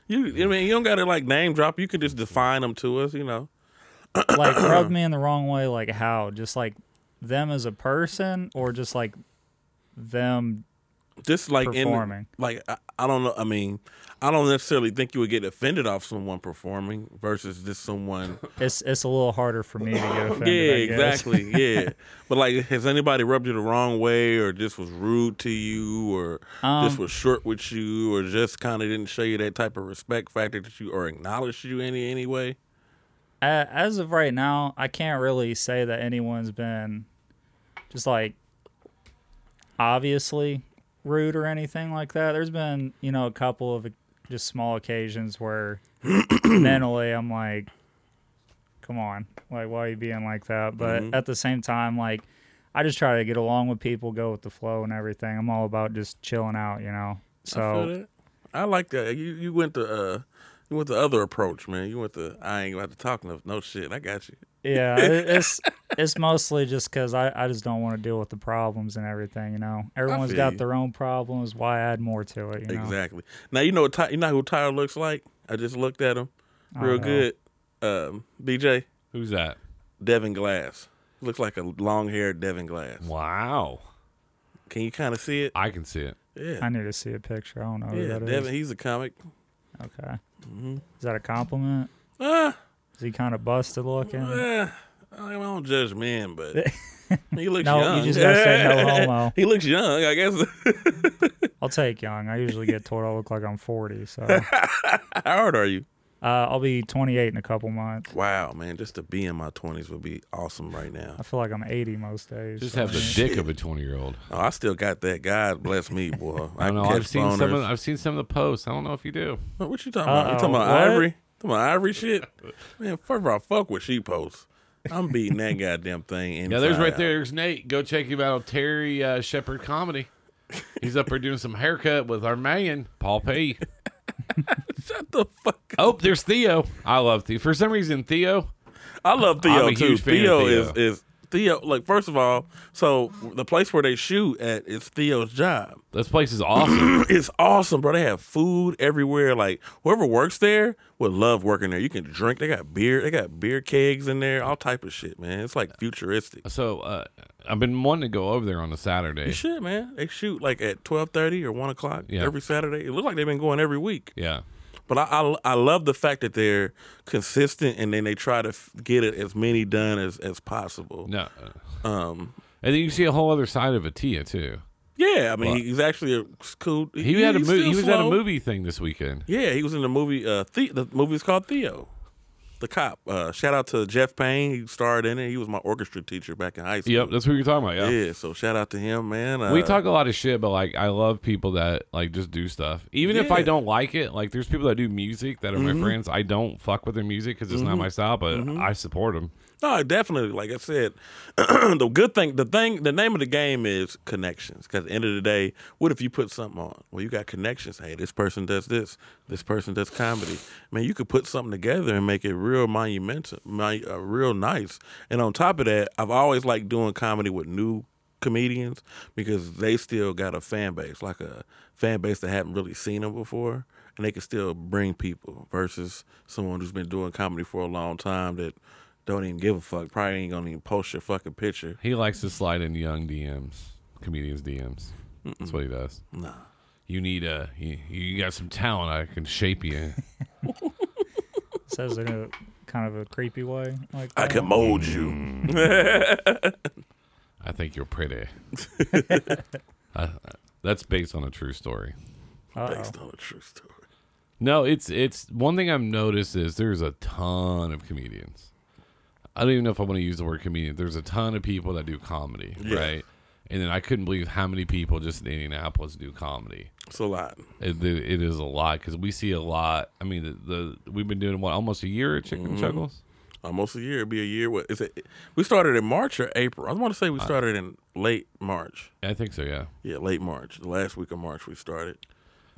You, I mean, you don't got to like name drop. You could just define them to us, you know. [CLEARS THROAT]
like rubbed me in the wrong way like how just like them as a person or just like them
Just like in,
Performing.
like I, I don't know. I mean, I don't necessarily think you would get offended off someone performing versus just someone
it's it's a little harder for me to get
[LAUGHS]
offended
Yeah,
I guess.
exactly.
[LAUGHS]
Yeah, but like, has anybody rubbed you the wrong way, or just was rude to you, or just
Um,
was short with you, or just kind of didn't show you that type of respect factor that you or acknowledge you any any way?
A- as of right now i can't really say that anyone's been just like obviously rude or anything like that there's been you know a couple of just small
[CLEARS THROAT]
occasions where mentally i'm like come on like why are you being like that but
Mm-hmm.
at the same time like i just try to get along with people go with the flow and everything i'm all about just chilling out you know
I,
so
feel that. I like that. You you went the uh, you went the other approach, man. You went the I ain't about to talk no no shit. I got you.
yeah
[LAUGHS]
it- it's it's mostly just because I, I just don't want to deal with the problems and everything you know everyone's
feel
got
you.
their own problems why add more to it you know
Exactly. Now you know what Ty, you know who Tyler looks like. I just looked at him, real
no.
good. Um, BJ
Who's that?
Devin Glass looks like a long haired Devin Glass.
Wow.
Can you kind of see it?
I can see it.
Yeah.
i need to see a picture i don't know who
Yeah,
that is.
Devin, he's a comic.
okay is that a compliment
Ah,
is he kind of busted looking
eh, I don't judge men, [LAUGHS] but he looks
No, you
young.
just gotta say
[LAUGHS]
no homo.
he looks young, I guess. [LAUGHS]
i'll take young i usually get told i look like i'm
[LAUGHS]
40 so uh,
How old are you?
i'll be 28 in a couple months
Wow, man, just to be in my twenties would be awesome right now.
i feel like i'm 80 most days
Just
so,
have the dick of a twenty-year-old.
Oh, I still got that. God bless me, boy.
[LAUGHS] I don't know. I've
catch
seen some. Of,
boners.
I've seen some of the posts. I don't know if you do.
What you talking about? You talking
Uh-oh,
about
Uh,
what?
ivory? Talking about ivory shit? Man, first of all, fuck what she posts. I'm beating that goddamn thing. Inside
Yeah, there's right
out.
there. There's Nate. Go check him out. Terry uh, Shepherd comedy. He's up there doing some haircut with our man Paul P.
Shut the fuck up.
Oh, there's Theo. I love Theo. For some reason, Theo.
I love Theo
I'm a
too.
huge fan of
Theo,
Theo.
is is Theo. Like first of all, so the place where they shoot at is Theo's job. [CLEARS THROAT]
This place is awesome.
It's awesome, bro. They have food everywhere. Like whoever works there would love working there. You can drink. They got beer. They got beer kegs in there. All type of shit, man. It's like futuristic.
so uh, I've been wanting to go over there on a Saturday.
You should, man. They shoot like at twelve thirty or one o'clock
Yeah.
every Saturday. It looks like they've been going every week.
Yeah.
But I, I I love the fact that they're consistent and then they try to f- get it as many done as as possible.
No. Um. And then you see a whole other side of Atia too.
Yeah, I mean he's actually a cool.
He, had a
he's
movie.
still
He was at a
slow.
movie thing this weekend.
Yeah, he was in the movie. Uh, the-, the movie's called Theo, the cop. Uh, shout out to Jeff Payne. He starred in it. He was my orchestra teacher back in high school.
Yep, that's what you're talking about. Yeah.
yeah, so shout out to him, man. Uh,
we talk a lot of shit, but like I love people that like just do stuff. Even if I
Yeah. Mm-hmm.
don't like it, like there's people that do music that are my friends. I don't fuck with their music because it's not my style, but I support them.
No, definitely. Like I said, [CLEARS THROAT] the good thing, the thing, the name of the game is connections. Because at the end of the day, what if you put something on? Well, you got connections. Hey, this person does this. This person does comedy. Man, you could put something together and make it real monumental, mon- uh, real nice. And on top of that, I've always liked doing comedy with new comedians because they still got a fan base, like a fan base that hadn't really seen them before, and they can still bring people versus someone who's been doing comedy for a long time that don't even give a fuck. Probably ain't gonna even post your fucking picture.
He likes to slide in young DMs, comedians DMs. That's what he does.
Nah.
You need a you, you got some talent. I can shape you.
says in a kind of a creepy way like
I
that.
can mold you.
Mm.
[LAUGHS]
I think you're pretty. Uh, that's based on a true story.
based on a true story.
No, it's it's one thing I've noticed is there's a ton of comedians. I don't even know if I want to use the word comedian. There's a ton of people that do comedy,
Yeah.
right? And then I couldn't believe how many people just in Indianapolis do comedy.
It's a lot.
It, it is a lot because we see a lot. I mean, the, the we've been doing what almost a year at Chicken
Mm-hmm.
Chuckles.
Almost a year. It'd be a year. What is it? We started in March or April. I want to
Uh.
say we started in late March.
I think so, yeah.
Yeah, late March. The last week of March we started,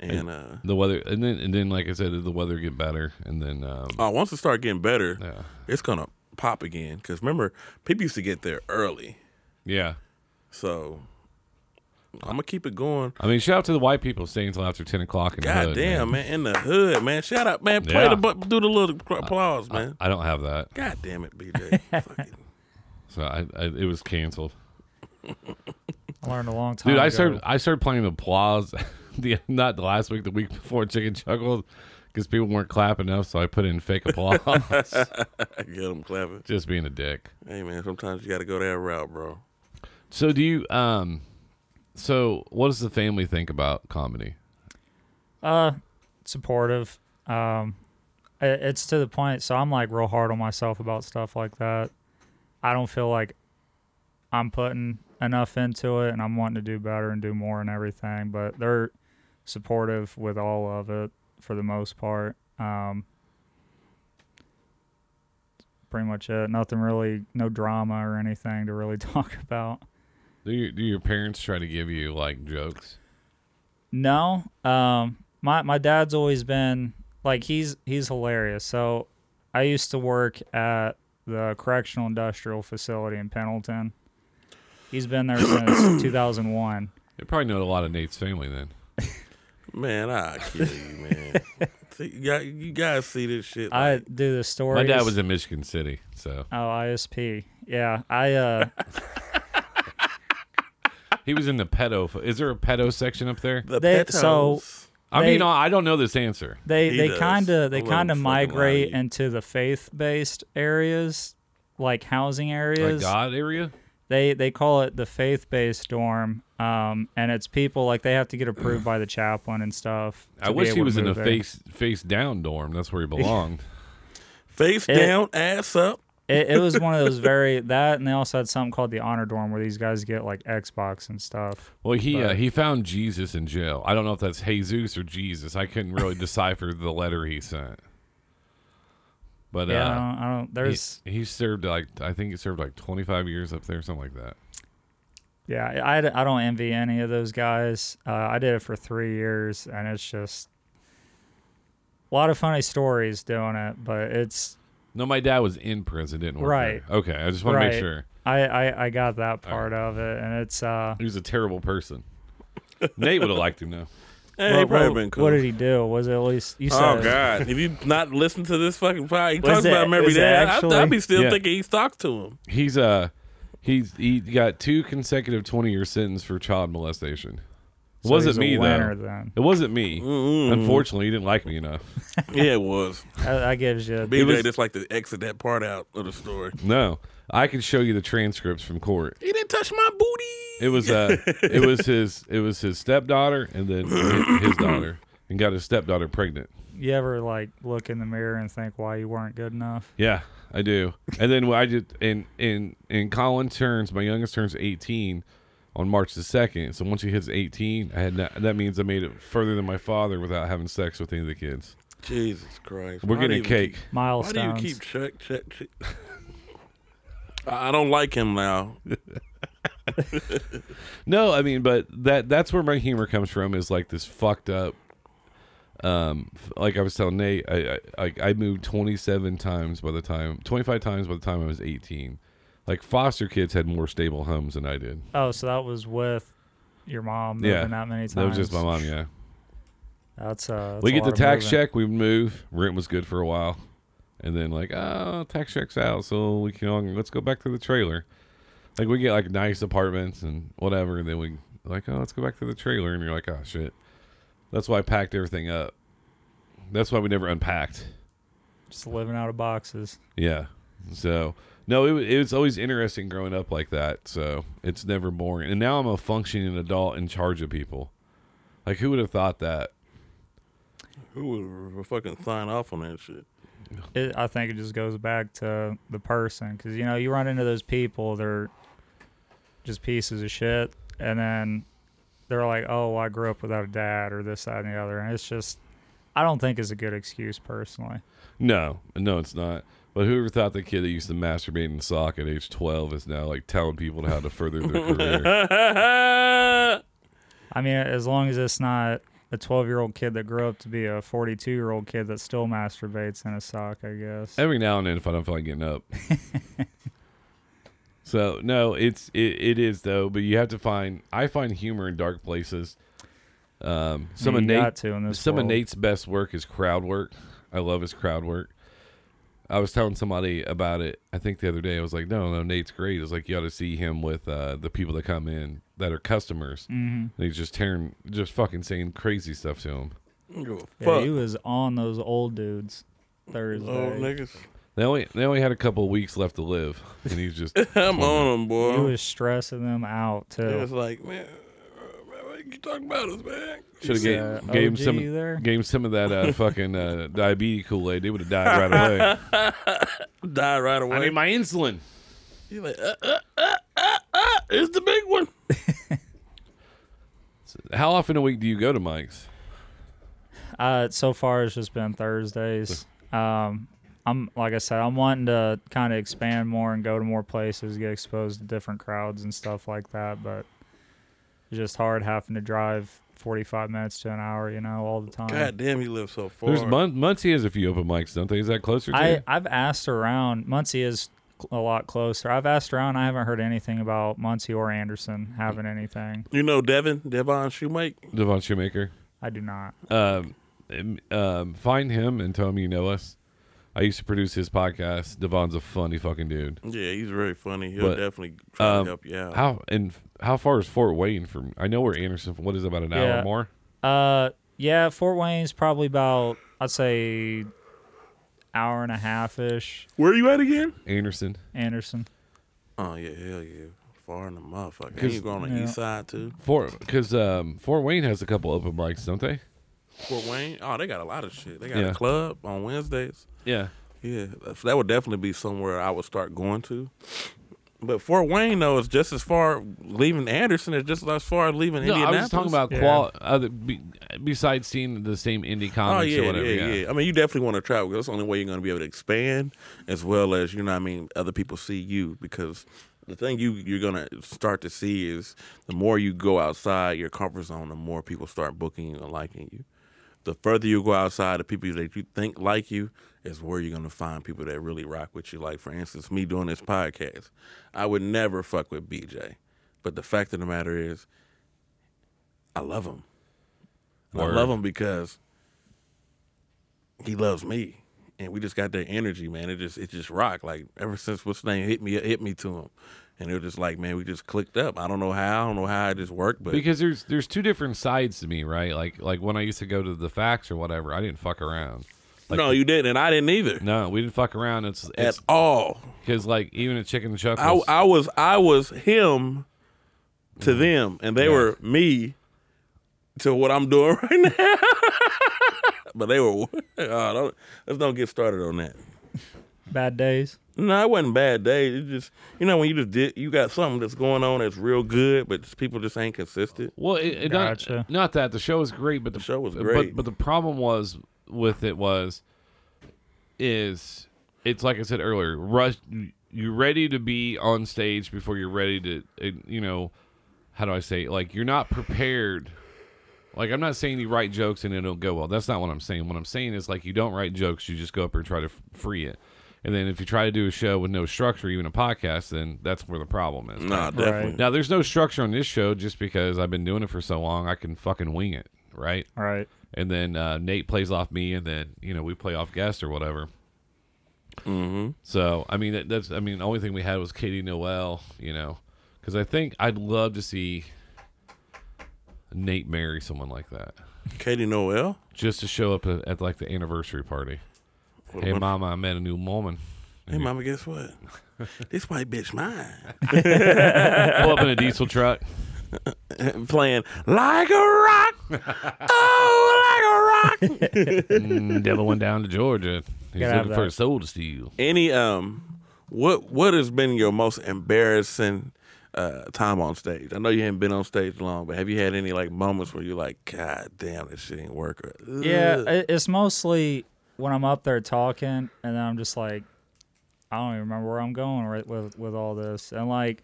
and uh,
The weather, and then and then like I said, did the weather get better? And then um,
uh, once it started getting better,
Yeah.
it's gonna pop again. Because remember, people used to get there early,
yeah,
so I'm gonna keep it going.
I mean, shout out to the white people staying until after ten o'clock in the
God
hood.
damn, man. in the hood, man. Shout out, man. Play
Yeah.
the bu- do the little cr- applause, man.
I don't have that,
God damn it,
[LAUGHS]
BJ. Fucking-
so I, I it was canceled.
Oh
I learned a long time.
Dude, I
ago.
started I started playing applause [LAUGHS] the not the last week, the week before Chicken Chuckles because people weren't clapping enough, so I put in fake
[LAUGHS]
applause.
I get him clapping.
Just being a dick.
Hey, man. Sometimes you got to go that route, bro.
So do you um so what does the family think about comedy?
Uh, supportive. Um, i- it's to the point. So I'm like real hard on myself about stuff like that. I don't feel like I'm putting enough into it, and I'm wanting to do better and do more and everything. But they're supportive with all of it for the most part. Um, pretty much it. Nothing really, no drama or anything to really [LAUGHS] talk about.
Do your do your parents try to give you like jokes?
No. Um my my dad's always been like he's he's hilarious. So I used to work at the correctional industrial facility in Pendleton. He's been
[COUGHS]
there since 2001.
You probably know a lot of Nate's family then.
Man, I kill you,
[LAUGHS]
man. see, you, got, you guys see this shit.
I
like,
do the stories.
My dad was in Michigan City, so
Oh, ISP. Yeah,
[LAUGHS]
I uh
he was in the pedo. Is there a pedo section up there?
the
they-
petos.
so-
I
They-
mean, I I don't know this answer.
they
He
they
does.
kind of
I
they
let him
kind of
fucking lie to
migrate
you.
into the faith-based areas like housing
Like
areas.
God area.
they they call it the faith based dorm, um, and it's people like they have to get approved by the chaplain and stuff. to
I
be
wish
able
he
to
was in a
move there.
face face down dorm. That's
[LAUGHS]
where he belonged.
Face
It-
down, ass up.
It, it
[LAUGHS]
was one of those very that, and they also had something called the honor dorm where these guys get like Xbox and stuff.
Well, he uh, he found Jesus in jail. I don't know if that's Jesus or Jesus. I couldn't
[LAUGHS]
really decipher the letter he sent. But
Yeah, I,
uh,
don't, I don't.
he,
There's
he served like I think he served like 25 years up there, something like that.
yeah, I, I don't envy any of those guys. Uh, I did it for three years, and it's just a lot of funny stories doing it, but it's
No, my dad was in prison, didn't work
Right.
there. Okay, I just want to
Right.
make sure
I I, I got that part of it, and it's uh.
he was a terrible person. [LAUGHS] Nate would have liked him though.
Hey, he
what,
probably
what-
been cool.
what did he do? Was it at least you said?
Oh God! if you not listen to this fucking podcast, he
Was
talks
it-
about him every
was it
day. I- I,
actually-
would be still
Yeah.
thinking he talked to him.
He's uh he's he got two consecutive 20 year sentence for child molestation. It
So
wasn't
he's
me
a winner,
though.
then.
It wasn't me. Mm-hmm. Unfortunately, he didn't like me enough.
Yeah, it was.
That, that
[LAUGHS]
gives you.
BJ
was-
just like to exit that part out of the story.
No, I can show you the transcripts from court.
He didn't touch my booty.
It was uh, it was his it was his stepdaughter and then hi- his daughter, and got his stepdaughter pregnant.
You ever like look in the mirror and think why you weren't good enough?
Yeah, I do. And then what I did, and and and Colin turns my youngest turns eighteen on March the second. So once he hits eighteen, I had not, that means I made it further than my father without having sex with any of the kids.
Jesus Christ!
We're
Why do
getting
you
cake.
Why do you
Milestones.
keep check check check? [LAUGHS] I I don't like him now.
No, I mean, but that that's where my humor comes from is like this fucked up. Um, f- like I was telling Nate, I I, I- I moved twenty seven times by the time twenty five times by the time I was eighteen. Like foster kids had more stable homes than I did.
oh, so that was with your mom moving
yeah,
that many times.
that was just my mom. Yeah,
That's uh. that's
we
a
get
lot
the
of
tax
moving.
check, we move. Rent was good for a while, and then like oh, tax check's out, so we can let's go back to the trailer. Like we get like nice apartments and whatever, and then we like oh let's go back to the trailer, and you're like oh shit. That's why I packed everything up. That's why we never unpacked.
Just living out of boxes.
Yeah. So no, it, wa- it was always interesting growing up like that. So it's never boring. And now I'm a functioning adult in charge of people. Like who would have thought that?
Who would r- fucking sign off on that shit? [LAUGHS]
it, I think it just goes back to the person because you know you run into those people they're just pieces of shit and then they're like oh well, I grew up without a dad or this that and the other and it's just I don't think is a good excuse personally
No, no, it's not. But whoever thought the kid that used to masturbate in sock at age twelve is now like telling people how to further their career?
I mean as long as it's not a 12 year old kid that grew up to be a 42 year old kid that still masturbates in a sock I guess
Every now and then, if I don't feel like getting
[LAUGHS]
up. so no, it's it, it is though. But you have to find. I find humor in dark places. Um, some of
You
Nate,
got to in this
some of
world.
Nate's best work is crowd work. I love his crowd work. I was telling somebody about it. I think the other day I was like, "No, no, Nate's great." It's like you ought to see him with uh, the people that come in that are customers, mm-hmm. and he's just tearing, just fucking saying crazy stuff to them.
Fuck, Oh,
yeah, he was on those old dudes Thursday
old niggas.
They only they only had a couple weeks left to live, and he's
[LAUGHS]
just
I'm on them,
he
boy.
was stressing them out too
It's like, man, uh, man, you talking about us, man?
should have gave,
uh,
gave him
OG
some
there?
gave him some of that uh, fucking uh, diabetes Kool Aid. They would have died right away.
Die right away.
I need my insulin.
He's like, uh, uh, uh, uh, uh, it's the big one.
How often a week do you go to Mike's?
Uh, so far, it's just been Thursdays. Um, I'm like I said, I'm wanting to kind of expand more and go to more places, get exposed to different crowds and stuff like that. But it's just hard having to drive 45 minutes to an hour, you know, all the time.
God damn, he lives so far.
There's Mun- Muncie has a few open mics, don't they? Is that closer to? you?
I I've asked around. Muncie is cl- a lot closer. I've asked around. I haven't heard anything about Muncie or Anderson having anything.
You know Devin, Devon Shoemake?
Devon Shoemaker.
I do not.
Um, um, um, find him and tell him you know us. I used to produce his podcast. Devon's a funny fucking dude.
Yeah, he's very funny. He'll
But,
definitely try
um,
to help you out.
How and how far is Fort Wayne from? I know we're Anderson. What is it, about an hour
Yeah.
more?
Uh, yeah, Fort Wayne's probably about I'd say hour and a half ish.
Where are you at again?
Anderson.
Anderson.
Oh, yeah, hell yeah. Far in the motherfucker. Can
Cause-
you go on the
Yeah.
east side, too?
Fort because um, Fort Wayne has a couple open mics, don't they?
Fort Wayne? Oh, they got a lot of shit. They got
Yeah.
a club on Wednesdays.
Yeah.
Yeah, that's- that would definitely be somewhere I would start going to. But Fort Wayne, though, is just as far leaving Anderson as just as far leaving
No, I was
Indianapolis.
just talking about
Yeah.
qual- other be- besides seeing the same indie
Oh
comics
yeah,
or whatever.
yeah, yeah, I mean, you definitely want to travel. 'cause That's the only way you're going to be able to expand, as well as you know. what I mean, other people see you because the thing you you're going to start to see is the more you go outside your comfort zone, the more people start booking you and liking you. The further you go outside, the people that you think like you is where you're going to find people that really rock with you. Like for instance, me doing this podcast, I would never fuck with BJ, but the fact of the matter is, I love him. And I
Word.
love him because he loves me, and we just got that energy, man. It just it just rocked. Like ever since what's his name hit me hit me to him, and it was just like, man, we just clicked up. I don't know how, I don't know how it just worked, but
Because there's there's two different sides to me, right? Like like when I used to go to the facts or whatever, I didn't fuck around. Like,
no, you didn't, and I didn't either
no, we didn't fuck around. It's
at
it's
all.
because like even a chicken and
I
chuckles.
I was I was him to them, and they
Mm-hmm. Yeah.
were me to what I'm doing [LAUGHS] right now. but they were. [LAUGHS] Oh, don't, let's don't get started on that.
Bad days.
No, it wasn't bad days. It just you know when you just did you got something that's going on that's real good, but just- people just ain't consistent.
well, it, it
Gotcha.
not, not that the show was great, but the,
show was
but-
great.
But, the problem was with it was is it's like I said earlier, rush. You're ready to be on stage before you're ready to, uh, you know, how do I say? It? Like you're not prepared. Like I'm not saying you write jokes and it'll go well. That's not what I'm saying. What I'm saying is like you don't write jokes. You just go up and try to f- free it. And then if you try to do a show with no structure, even a podcast, then that's where the problem is.
Nah, definitely.
Now, there's no structure on this show just because I've been doing it for so long. I can fucking wing it, right?
All right.
And then uh, Nate plays off me, and then you know we play off guest or whatever. Mm-hmm. So I mean that, that's I mean the only thing we had was Katie Noel, you know, because I think I'd love to see Nate marry someone like that
Katie Noel.
just to show up at, at like the anniversary party.
What
Hey,
about-
mama, I met a new woman.
Hey, mama, guess what? this white bitch mine [LAUGHS]
Pull up in a diesel truck.
playing like a rock. Oh, Fraggle Rock.
Mm, the other one down to Georgia. He's
Gotta have
looking for
that.
a soul to steal.
Any um, what what has been your most embarrassing uh time on stage? I know you haven't been on stage long, but have you had any like moments where you're like, God damn, this shit ain't work? Or, "Ugh."
Yeah, i- it's mostly when I'm up there talking, and then I'm just like, I don't even remember where I'm going with with, with all this, and like,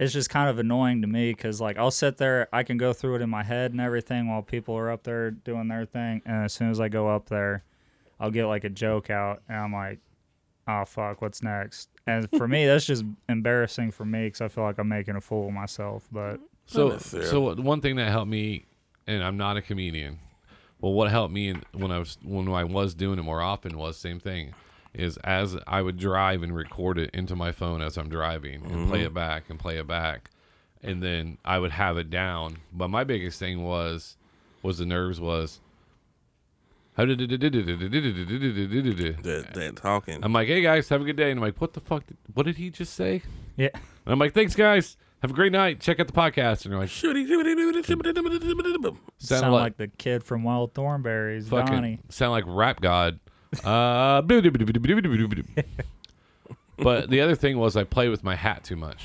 it's just kind of annoying to me because like I'll sit there, I can go through it in my head and everything while people are up there doing their thing, and as soon as I go up there, I'll get like a joke out, and I'm like, oh fuck, what's next? And for me, that's [LAUGHS] just embarrassing for me because I feel like I'm making a fool of myself. But
So,
necessarily.
so one thing that helped me, and I'm not a comedian. Well, what helped me in- when I was when I was doing it more often was same thing, is as I would drive and record it into my phone as I'm driving and play it back and play it back, and then I would have it down. But my biggest thing was, was the nerves was. how did it-
That, that talking.
I'm like, hey guys, have a good day, and I'm like, what the fuck? Did, what did he just say?
yeah,
And I'm like, thanks guys, have a great night. Check out the podcast, and they're like,
sound,
sound
like, the kid from Wild Thornberries,
fucking
Donnie.
sound like rap god. Uh, [LAUGHS] but the other thing was I play with my hat too much.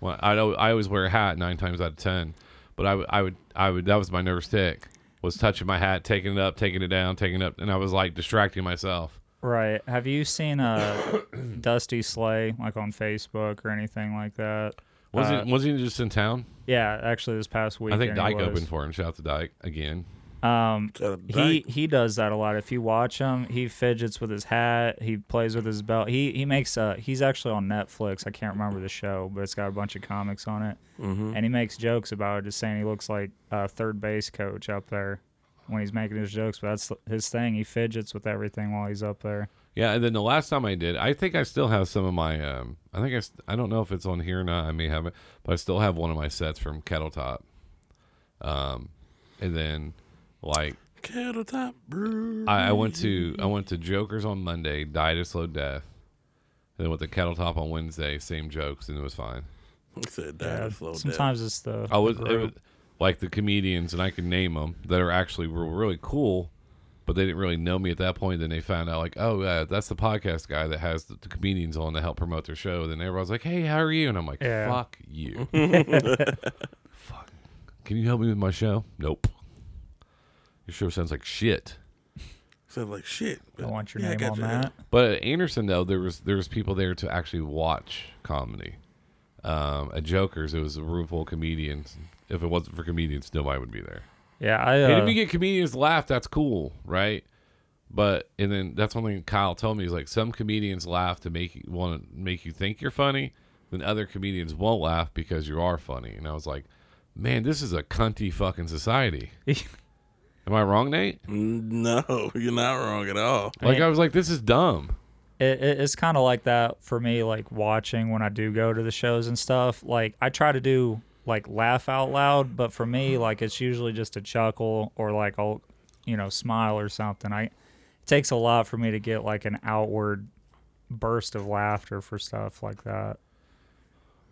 Well, I know I always wear a hat nine times out of ten, but I would I would I would that was my nervous tick was touching my hat, taking it up, taking it down, taking it up, and I was like distracting myself.
Right. Have you seen uh, [COUGHS] Dusty Slay like on Facebook or anything like that?
Wasn't
Uh,
wasn't he just in town?
Yeah, actually, this past week.
I think Dyke
was.
opened for him. Shout out to Dyke again.
Um,
Shout out to
he
Dyke.
he does that a lot. If you watch him, he fidgets with his hat. He plays with his belt. He he makes uh he's actually on Netflix. I can't remember the show, but it's got a bunch of comics on it,
Mm-hmm.
and he makes jokes about it, just saying he looks like a third base coach up there when he's making his jokes. But that's his thing. He fidgets with everything while he's up there.
Yeah, and then the last time I did, I think I still have some of my. Um, I think I. st- I don't know if it's on here or not. I may have it, but I still have one of my sets from Kettle Top. Um, and then like
Kettle top brew.
I, I went to I went to Joker's on Monday, died a slow death. And then went to Kettle Top on Wednesday, same jokes, and it was fine.
He said that slow down.
Sometimes it's the
I was, it
group.
was- like the comedians, and I can name them that are actually were really cool, but they didn't really know me at that point. Then they found out like, oh, uh, that's the podcast guy that has the, the comedians on to help promote their show. Then everyone's like, hey, how are you? And I'm like,
Yeah.
fuck you. fuck. Can you help me with my show? Nope. Your show sounds like shit.
Said like shit.
I
but
want your
yeah, I
name
got
on
your-
that.
But at Anderson though, there was there was people there to actually watch comedy. Um, at Joker's, it was a room full of comedians. If it wasn't for comedians, nobody would be there.
Yeah, I.
Hey,
Uh,
if you get comedians to laugh, that's cool, right? But and then that's one thing Kyle told me is like some comedians laugh to make you want to make you think you're funny, then other comedians won't laugh because you are funny. And I was like, man, this is a cunty fucking society. Am I wrong, Nate?
[LAUGHS] No, you're not wrong at all.
Like I was like, this is dumb.
it, it, it's kind of like that for me like watching when i do go to the shows and stuff like i try to do like laugh out loud but for me
Uh-huh.
like it's usually just a chuckle or like i'll you know smile or something i it takes a lot for me to get like an outward burst of laughter for stuff like that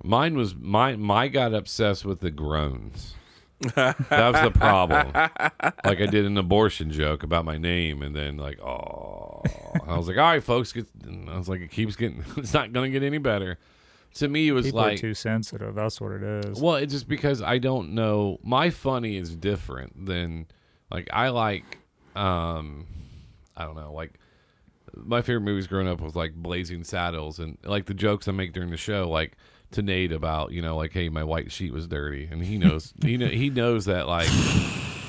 Mine was my my got obsessed with the groans. that was the problem. Like I did an abortion joke about my name, and then like, oh, I was like, all right, folks, get. And I was like, it keeps getting. [LAUGHS] It's not gonna get any better. To me, it was
people
like,
are too sensitive that's what it is
well, it's just because I don't know. My funny is different than like I like. um I don't know, like. My favorite movies growing up was like Blazing Saddles and like the jokes I make during the show, like to Nate about you know like hey my white sheet was dirty and he
[LAUGHS]
knows he know he knows that like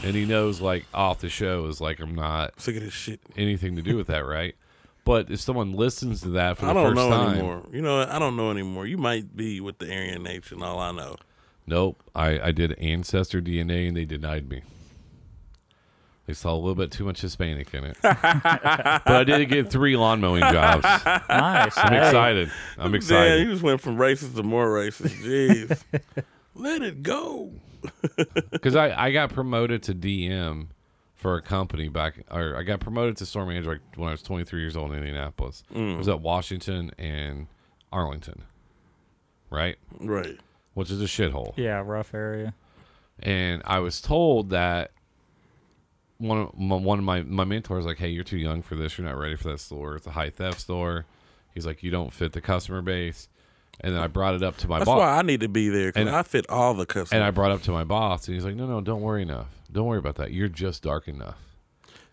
and he knows like off the show is like I'm not
Sick of this shit.
anything to do with that right, but if someone listens to that for the
I don't
first
know
time,
anymore. You know, I don't know anymore. You might be with the Aryan Nation, all I know.
Nope. I, I did ancestor DNA and they denied me. They saw a little bit too much Hispanic in it. but I did get three lawn mowing jobs. [LAUGHS] I'm
nice hey.
excited. I'm
Damn,
excited.
you just went from racist to more racist. Jeez.
[LAUGHS]
Let it go.
Because I, I got promoted to DM for a company back, or I got promoted to store manager like, when I was 23 years old in Indianapolis. It was at Washington and Arlington, right?
Right.
Which [LAUGHS] is a shithole.
yeah rough area
and I was told that one of my, one of my my mentors like, hey, you're too young for this. You're not ready for that store. It's a high theft store. He's like, you don't fit the customer base. And then I brought it up to my
That's
boss.
why I need to be there because
And-
I fit all the customers.
and I brought it up to my boss, and he's like, no, no, don't worry enough. Don't worry about that. You're just
[LAUGHS]
dark enough.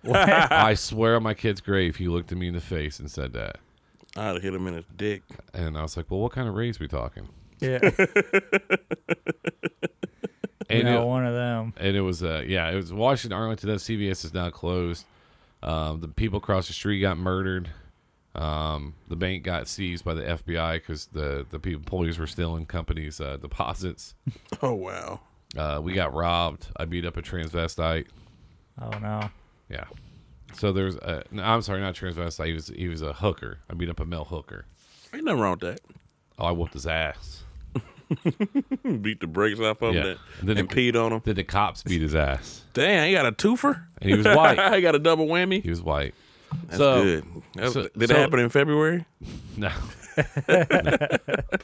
I swear on my kid's grave, he looked at me in the face and said that.
I'd have hit him in his dick.
And I was like, well, what kind of race we talking?
Yeah,
And
you know,
it-
one of them.
and it was uh yeah it was washington arlington that cvs is now closed um the people across the street got murdered um the bank got seized by the fbi because the the people employees were stealing companies uh deposits
Oh wow.
uh we got robbed i beat up a transvestite
Oh no.
yeah so there's a no, i'm sorry not transvestite he was he was a hooker i beat up a male hooker
Ain't nothing wrong with
oh i whooped his ass
that. Beat the brakes off of
Yeah.
him
And then
and
the-
peed on him.
then the cops beat his ass
Damn, he got a twofer.
and he was white
[LAUGHS] I got a double whammy.
he was white that's
Good. That's-
so-
did
so-
it happen in February?
No.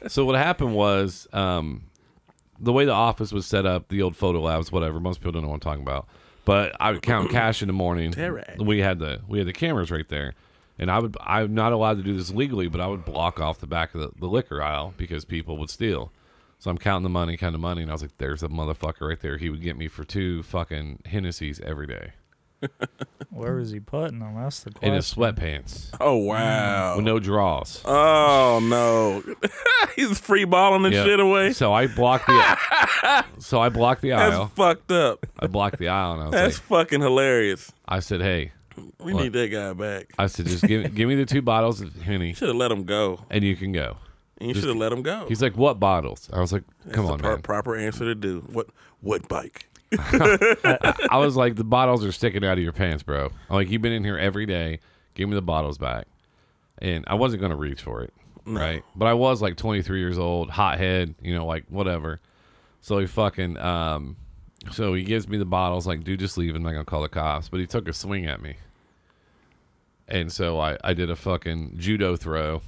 so what happened was um, the way the office was set up, the old photo labs, whatever. Most people don't know what I'm talking about. But I would count cash in the morning.
Correct.
We had the we had the cameras right there, and I would I'm not allowed to do this legally, but I would block off the back of the, the liquor aisle because people would steal. So I'm counting the money, counting the money, and I was like, "There's a motherfucker right there. He would get me for two fucking Hennessy's every day
Where was he putting them? That's the
in his
question.
sweatpants
Oh wow.
with no draws."
Oh no. [LAUGHS] He's free balling and
Yeah.
shit away.
So I blocked the.
[LAUGHS]
so I blocked the
That's
aisle.
fucked up.
I blocked the aisle, and I was
That's
like,
fucking hilarious.
I said, hey,
We
What?
need that guy back.
I said, just give give me the two bottles of henny,
Should have let him go.
and you can go.
And you should have let him go.
He's like, what bottles? I was like, come
That's
on,
the pro-
man.
proper answer to do. What what bike?
I was like, the bottles are sticking out of your pants, bro. I'm like, you've been in here every day. Give me the bottles back. And I wasn't gonna reach for it, right? But I was like 23 years old, hothead, you know, like whatever. So he fucking, um, so he gives me the bottles, like, dude, just leave. I'm not gonna call the cops. But he took a swing at me, and so I, I did a fucking judo throw.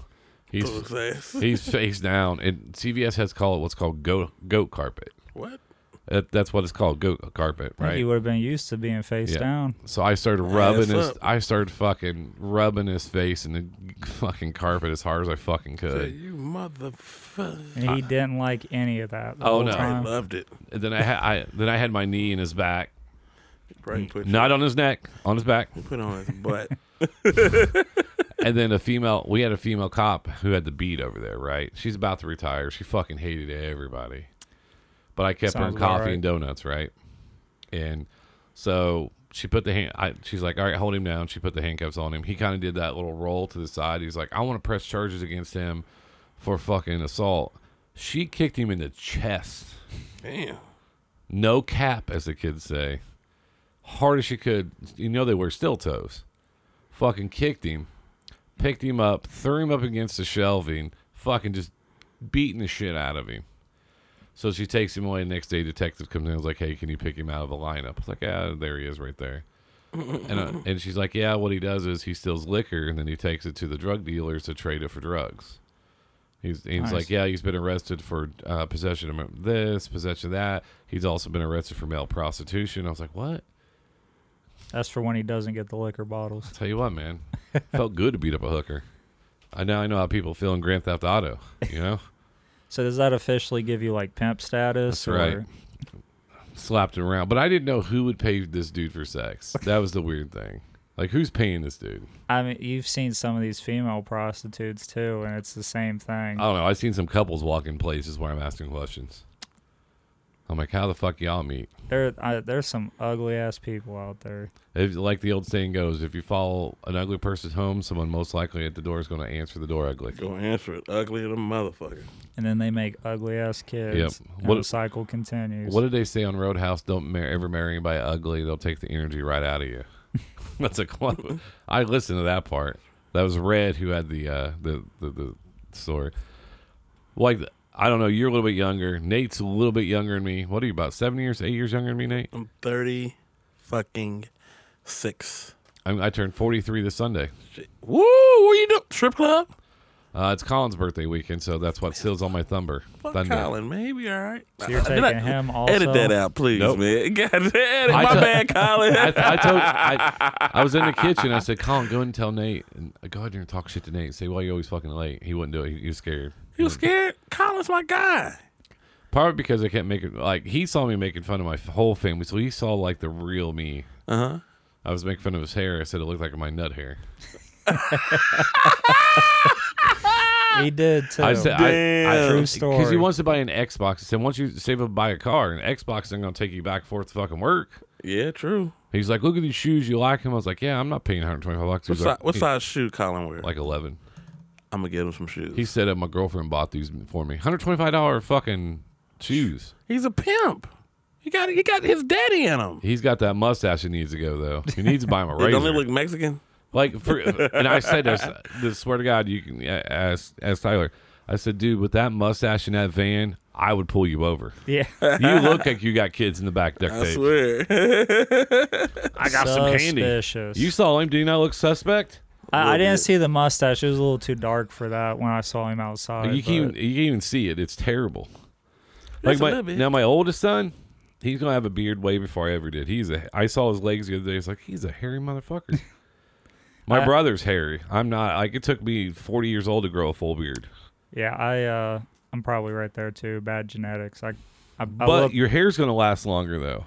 He's
[LAUGHS] Those
[LAUGHS]
ass.
he's face down, and CVS has called what's called goat goat carpet.
What?
That, that's what it's called, goat carpet,
I think
right?
He would have been used to being face
Yeah.
down.
So I started rubbing
Ass
his.
up.
I started fucking rubbing his face in the fucking carpet as hard as I fucking could.
You motherfucker.
And he didn't like any of that. the
Oh,
whole
no.
I
time.
loved it.
And then I, ha- I then I had my knee in his back,
Right, put,
not on his neck, on his back.
put on his
[LAUGHS]
butt.
And then a female. We had a female cop who had the beat over there. Right, she's about to retire. She fucking hated everybody, but I kept her
Sounds
in
about
coffee
right.
and donuts. Right, and so she put the hand. I, she's like, "All right, hold him down." She put the handcuffs on him. He kind of did that little roll to the side. He's like, "I want to press charges against him for fucking assault." She kicked him in the chest.
Damn.
No cap, as the kids say. Hard as she could. You know they wear steel toes. Fucking kicked him, picked him up, threw him up against the shelving, fucking just beating the shit out of him. So she takes him away. Next day, detective comes in and was like, "Hey, can you pick him out of the lineup?" I was like, "Yeah, there he is, right there." and uh, and she's like, "Yeah, what he does is he steals liquor and then he takes it to the drug dealers to trade it for drugs." He's, he's
Nice.
like, yeah, he's been arrested for uh, possession of this, possession of that. He's also been arrested for male prostitution. I was like, what?
That's for when he doesn't get the liquor bottles.
Tell you what, man, felt good to beat up a hooker. I now I know how people feel in Grand Theft Auto. You know,
So does that officially give you like pimp status?
That's right.
or-
slapped him around, but I didn't know who would pay this dude for sex. That was the weird thing. Like, who's paying this dude?
I mean, you've seen some of these female prostitutes too, and it's the same thing.
I don't know. I've seen some couples walk in places where I'm asking questions. I'm like, how the fuck y'all meet?
There, I, there's some ugly ass people out there.
If, like the old saying goes, if you follow an ugly person home, someone most likely at the door is going to answer the door ugly.
Go answer it. Ugly than a motherfucker.
and then they make ugly ass kids.
Yep.
And
What-
the cycle continues.
What did they say on Roadhouse? Don't mar- ever marry anybody ugly. They'll take the energy right out of you. [LAUGHS] That's a quote. I listened to that part. That was Red who had the uh, the, the the story. Like I don't know. You're a little bit younger. Nate's a little bit younger than me. What are you about seven years, eight years younger than me, Nate?
I'm 30 fucking six.
I, I turned 43 this Sunday.
Woo! What you doing? Strip club?
Uh, it's Colin's birthday weekend, so that's what seals on my thumber.
Fuck
Thunder.
Colin, man. He be all right.
So you're
Did
taking him
[LAUGHS]
also?
Edit that out, please,
Nope.
man. [LAUGHS] God, edit.
I
My
t-
bad, Colin.
[LAUGHS] I, I told I, I was in the kitchen. I said, Colin, go and tell Nate. And I go out there and talk shit to Nate. Say, well, you're always fucking late. He wouldn't do it. He, he was scared.
[LAUGHS] you was scared? Colin's my guy.
Probably because I kept making like he saw me making fun of my f- whole family, so he saw like the real me. Uh
Uh-huh.
I was making fun of his hair. I said it looked like my nut hair.
He did too.
I said, I, I
Oh, Damn.
True
Because
story.
he wants to buy an Xbox. I said, once you save up, buy a car. An Xbox isn't going to take you back forth to fucking work.
Yeah, true.
He's like, look at these shoes. You like them? I was like, yeah, I'm not paying 125 bucks.
What,
He's
si-
like,
what
"He-
size shoe Colin wear?
Like 11.
I'm gonna get him some shoes.
He said, uh, my girlfriend bought these for me. 125 dollar fucking shoes.
He's a pimp. He got he got his daddy in him.
He's got that mustache he needs to go though. He needs to buy
[LAUGHS]
him a razor.
Don't they look Mexican? [LAUGHS]
Like, for, and I said this, this, swear to God, you can uh, ask, ask Tyler. I said, dude, with that mustache and that van, I would pull you over.
yeah.
You look like you got kids in the back duct
[LAUGHS] I
tape.
swear.
[LAUGHS]
[LAUGHS]
I got some candy.
Suspicious.
You saw him. Do you not look suspect?
I, I didn't see the mustache. It was a little too dark for that when I saw him outside.
Oh, you, can,
but-
you can't even see it. It's terrible.
Just a
like
little
my,
bit.
now, my oldest son, he's gonna have a beard way before I ever did. He's a. I saw his legs the other day. It's like he's a hairy
[LAUGHS]
motherfucker. my
I-
brother's hairy. I'm not. Like it took me 40 years old to grow a full beard.
yeah, I uh, I'm probably right there too. Bad genetics. I, I, I
But
love,
your hair's gonna last longer though.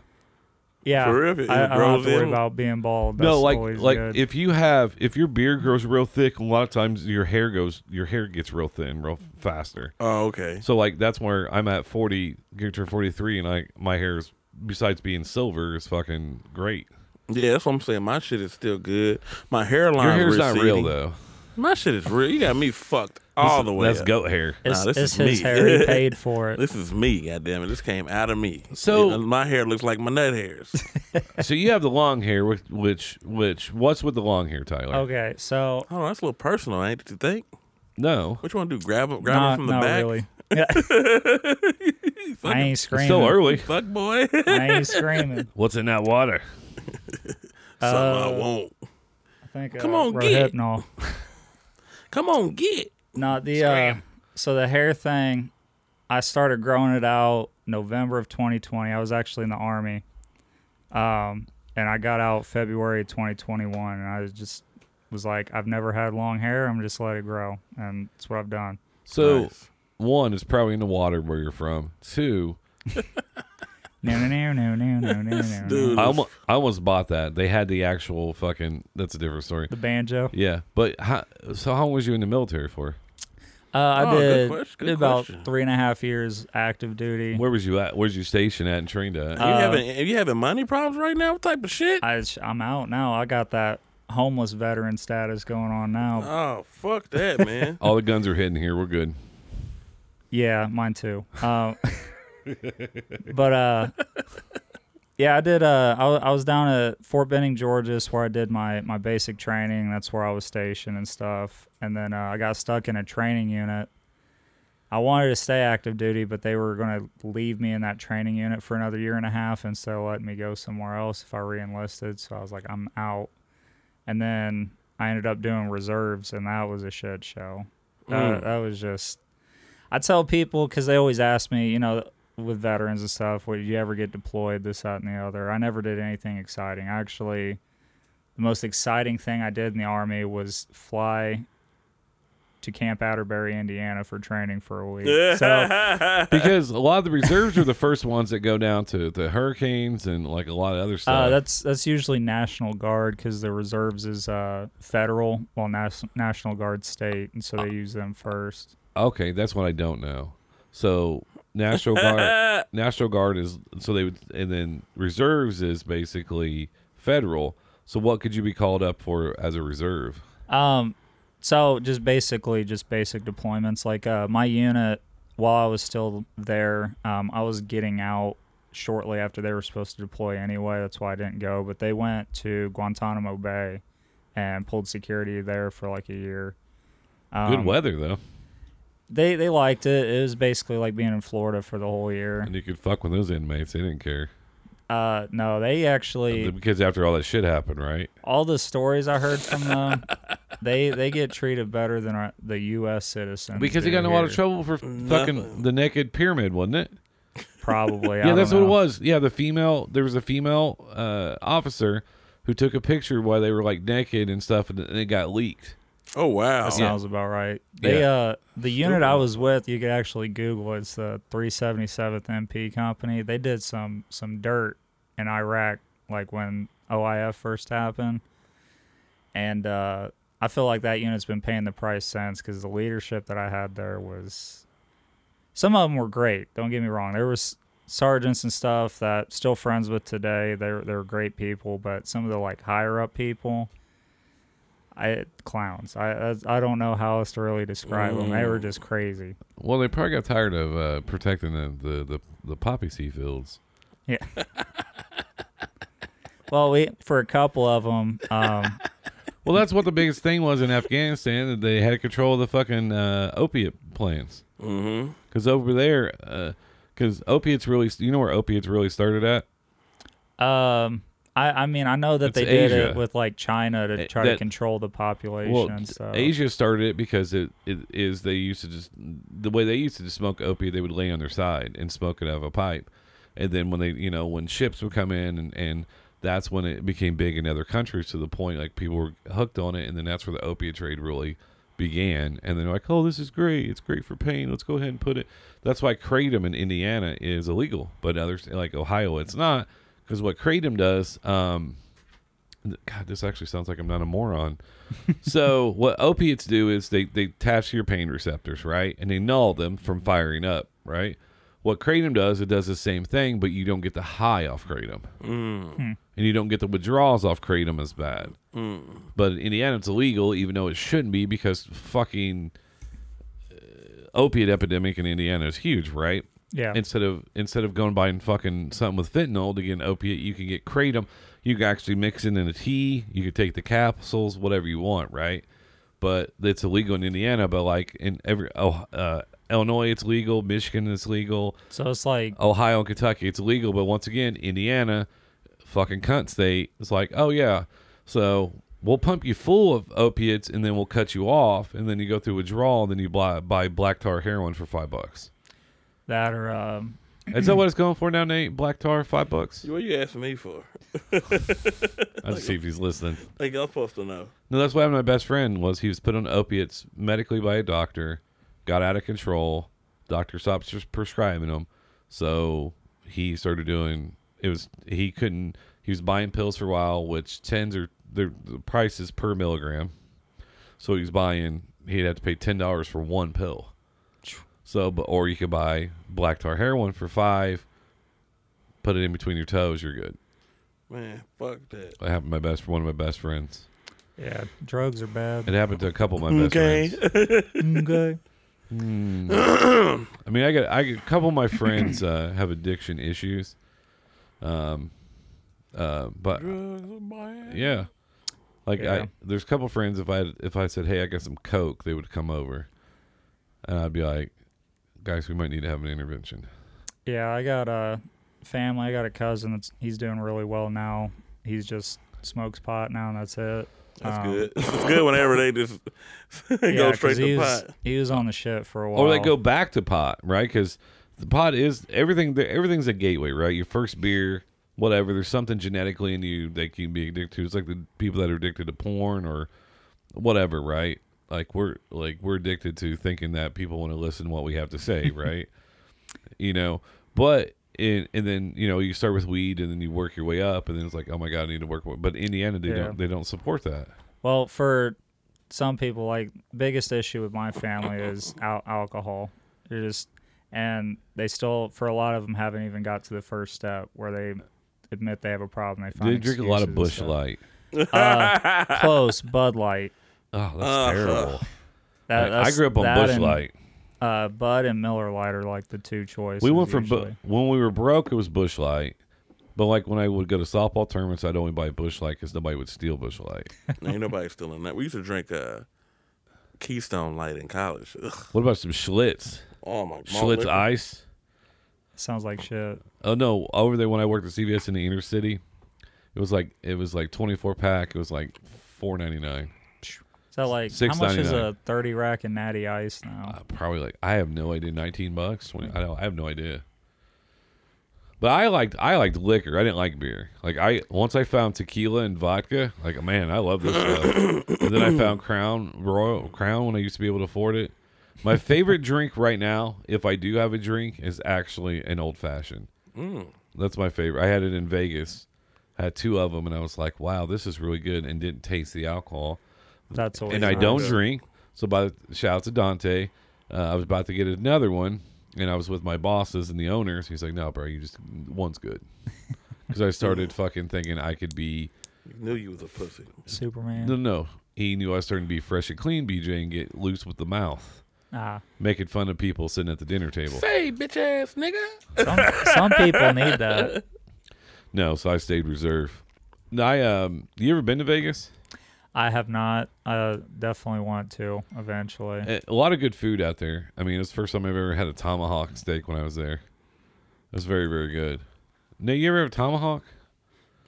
yeah.
For real, it
I, I don't have
grows
to worry
in.
about being bald. That's
no, like
always
like
good.
if you have if your beard grows real thick, a lot of times your hair goes your hair gets real thin real faster.
Oh, okay.
So like that's where I'm at 40, get to 43, and like my hair is besides being silver is fucking great.
Yeah, that's what I'm saying. My shit is still good. My hairline.
Your hair's not real
receding.
though.
My shit is real. You got me fucked all the way.
That's
up.
goat hair.
it's,
this is
it's his
me. [LAUGHS]
hair. He paid for it.
This is me, goddamn it. This came out of me.
So-
You know, my hair looks like my nut hairs. [LAUGHS]
so you have the long hair, which which which what's with the long hair, Tyler?
Okay, so
oh, that's a little personal, ain't it? You think?
No,
What you want to do? Grab him, grab him
not,
from the
not
back. [LAUGHS]
really. Yeah. I ain't
it's
screaming.
still early.
Fuck boy. [LAUGHS]
I ain't screaming.
What's in that water?
Uh,
Something I won't.
I think,
Come
uh,
on, get it.
Rohypnol.
Come on, get.
No, the uh, so the hair thing, I started growing it out November of 2020. I was actually in the army, um, and I got out February of 2021, and I was just was like, I've never had long hair. I'm just let it grow, and that's what I've done. [LAUGHS]
So
Nice.
one is probably in the water where you're from. Two,
No, no, no, no, no, no, no, no, no.
Dude,
I almost, I almost bought that. They had the actual fucking. That's a different story.
The banjo.
Yeah, but how, so how long was you in the military for?
Uh, I
Oh, good
did,
question, good
did about
question.
three and a half years active duty.
Where was you at? Where's you stationed at and trained
you
at?
having you having money problems right now? What type of shit?
uh, I, sh- I'm out now. I got that homeless veteran status going on now.
oh, fuck that,
[LAUGHS]
man.
All the guns are hidden here. We're [LAUGHS] good.
Yeah, mine too. Um, but uh, yeah, I did. Uh, I, wa- I was down at Fort Benning, Georgia, is where I did my my basic training. That's where I was stationed and stuff. And then uh, I got stuck in a training unit. I wanted to stay active duty, but they were going to leave me in that training unit for another year and a half instead of letting me go somewhere else if I reenlisted. So I was like, I'm out. And then I ended up doing reserves, and that was a shit show. That- that was just I tell people because they always ask me, you know, with veterans and stuff, would you ever get deployed, this, that, and the other? I never did anything exciting. Actually, the most exciting thing I did in the Army was fly to Camp Atterbury, Indiana for training for a week. So, uh,
Because a lot of the reserves are the first ones that go down to the hurricanes and like a lot of other stuff.
uh, that's that's usually National Guard because the reserves is uh, federal, while nas- National Guard state, and so they use them first.
okay, that's what I don't know. So National Guard, National Guard is so they would, and then reserves is basically federal. So what could you be called up for as a reserve?
Um, so just basically just basic deployments. Like uh, my unit, while I was still there, um, I was getting out shortly after they were supposed to deploy anyway. That's why I didn't go. But they went to Guantanamo Bay and pulled security there for like a year.
Good weather though,
They they liked it. It was basically like being in Florida for the whole year.
and you could fuck with those inmates. They didn't care
Uh, no, they actually
because after all that shit happened, right?
all the stories I heard from them. they they get treated better than our, the U.S. citizens
Because he
do
got in a lot of
here,
trouble for fucking the naked pyramid, wasn't it? [LAUGHS]
Probably.
Yeah, that's what it was. Yeah, the female. There was a female uh, officer who took a picture while they were like naked and stuff, and it got leaked.
Oh wow.
That sounds about right. They
Yeah.
uh the unit I was with, you could actually Google it. it's the 377th MP company. They did some some dirt in Iraq, like when OIF first happened, and uh, I feel like that unit's been paying the price since because the leadership that I had there was some of them were great. Don't get me wrong. There was sergeants and stuff that still friends with today. They were, they were great people, but some of the like higher up people, I clowns. I I, I don't know how else to really describe them. They were
Mm.
just crazy.
Well, they probably got tired of uh, protecting the, the, the, the poppy seed fields.
Yeah. well, we for a couple of them,
[LAUGHS]
um,
Well, that's what the biggest thing was in Afghanistan that they had control of the fucking uh, opiate plants. Mm-hmm. Because over there, because opiates really, you know where opiates really started at?
um. I, I mean, I know that
It's
they did
Asia.
it with like China
Eh,
to try
that-
to control the population.
Well,
and
t-
stuff.
Asia started it because it, it is they used to just the way they used to just smoke opiate, they would lay on their side and smoke it out of a pipe, and then when they you know when ships would come in and and that's when it became big in other countries to the point like people were hooked on it, and then that's where the opiate trade really began. And then they're like, oh, this is great, it's great for pain. Let's go ahead and put it. That's why kratom in Indiana is illegal, but others like Ohio, it's not because what kratom does. um God, this actually sounds like I'm not a moron. so what opiates do is they they attach to your pain receptors, right? And they null them from firing up, right? What kratom does, it does the same thing, but you don't get the high off kratom, and you don't get the withdrawals off kratom as bad. But in Indiana, it's illegal, even though it shouldn't be, because fucking uh, opiate epidemic in Indiana is huge, right?
Yeah.
Instead of instead of going by and fucking something with fentanyl to get an opiate, you can get kratom. You can actually mix it in a tea. You can take the capsules, whatever you want, right? But it's illegal in Indiana. But like in every oh, uh, Illinois, it's legal. Michigan, it's legal.
so it's like
Ohio and Kentucky, it's illegal. But once again, Indiana, fucking cunt state, it's like, oh yeah, so we'll pump you full of opiates and then we'll cut you off, and then you go through withdrawal, and then you buy, buy black tar heroin for five bucks.
that or um,
Is that what it's going for now, Nate? Black tar, five bucks.
What you asking me for?
I'll just see if he's listening.
Like I'm supposed to know.
No, that's what happened to my best friend was he was put on opiates medically by a doctor, got out of control. Doctor stopped pres- prescribing him, so he started doing. It was he couldn't. He was buying pills for a while, which tens are their the price is per milligram. So he was buying. He'd have to pay ten dollars for one pill. So, but or you could buy black tar heroin for five. Put it in between your toes. You're good.
Man, fuck that.
That happened to my best one of my best friends.
yeah, drugs are
[LAUGHS]
bad.
It happened to a couple of my best
Okay.
friends.
okay.
I mean, I got I got- a couple of my friends uh, have addiction issues. Um, uh, but yeah, like
Yeah.
I there's a couple of friends. If I if I said, hey, I got some coke, they would come over, and I'd be like, guys, we might need to have an intervention.
Yeah, I got a family. I got a cousin that's he's doing really well now. He's just smokes pot now, and that's it.
That's
Um,
good. [LAUGHS] It's good whenever they just [LAUGHS]
yeah,
go
'cause
straight
he
to
was,
pot.
He was on the shit for a while.
Or Oh, they go back to pot, right? Because the pot is everything. the- Everything's a gateway, right? Your first beer, whatever. There's something genetically in you that you can be addicted to. It's like the people that are addicted to porn or whatever, right? Like we're like we're addicted to thinking that people want to listen to what we have to
[LAUGHS]
say, right? you know, but. And, and then you know you start with weed and then you work your way up and then it's like oh my god I need to work more. but Indiana they
Yeah.
don't they don't support that
Well, for some people, like biggest issue with my family is al- alcohol. It just and they still for a lot of them haven't even got to the first step where they admit they have a problem. They find
they drink a lot of Bush
excuses and
Light
stuff. close
[LAUGHS]
Bud Light.
oh that's terrible
That-
Like, I
that's-
grew up on
that
Bush
and-
Light
Uh, Bud and Miller Lite are like the two choices.
We went from
usually.
bu- when we were broke, it was Bush Light. But like when I would go to softball tournaments, I'd only buy Bush Light because nobody would steal Bush Light.
Ain't nobody stealing that. We used to drink uh, Keystone Light in college. Ugh.
What about some Schlitz?
Oh my god.
Schlitz uh, Ice?
sounds like shit.
Oh no! Over there when I worked at CVS in the inner city, it was like it was like twenty four pack. It was like four ninety nine.
Is that like how much is
$6.99.
a thirty rack in Natty Ice now?
Uh, probably like I have no idea. Nineteen bucks. 20, I don't. I have no idea. But I liked I liked liquor. I didn't like beer. Like I once I found tequila and vodka. Like man, I love this stuff. and then I found Crown Royal Crown when I used to be able to afford it. My favorite drink right now, if I do have a drink, is actually an old fashioned. That's my favorite. I had it in Vegas. I had two of them, and I was like, "Wow, this is really good," and didn't taste the alcohol
That's always
and I
nice.
don't drink. So by the, shout out to Dante, uh, I was about to get another one, and I was with my bosses and the owners. He's like, "No, bro, you just one's good," [LAUGHS] because I started fucking thinking I could be.
Knew you was a pussy.
Superman.
No, no, he knew I was starting to be fresh and clean, BJ, and get loose with the mouth,
Ah,
making fun of people sitting at the dinner table.
Say, bitch ass nigga.
some, some people need that.
No, so I stayed reserve. No, I um, you ever been to Vegas?
I have not. I definitely want to eventually.
A a lot of good food out there. I mean, it's the first time I've ever had a tomahawk steak when I was there. It was very, very good. Now, you ever have a tomahawk?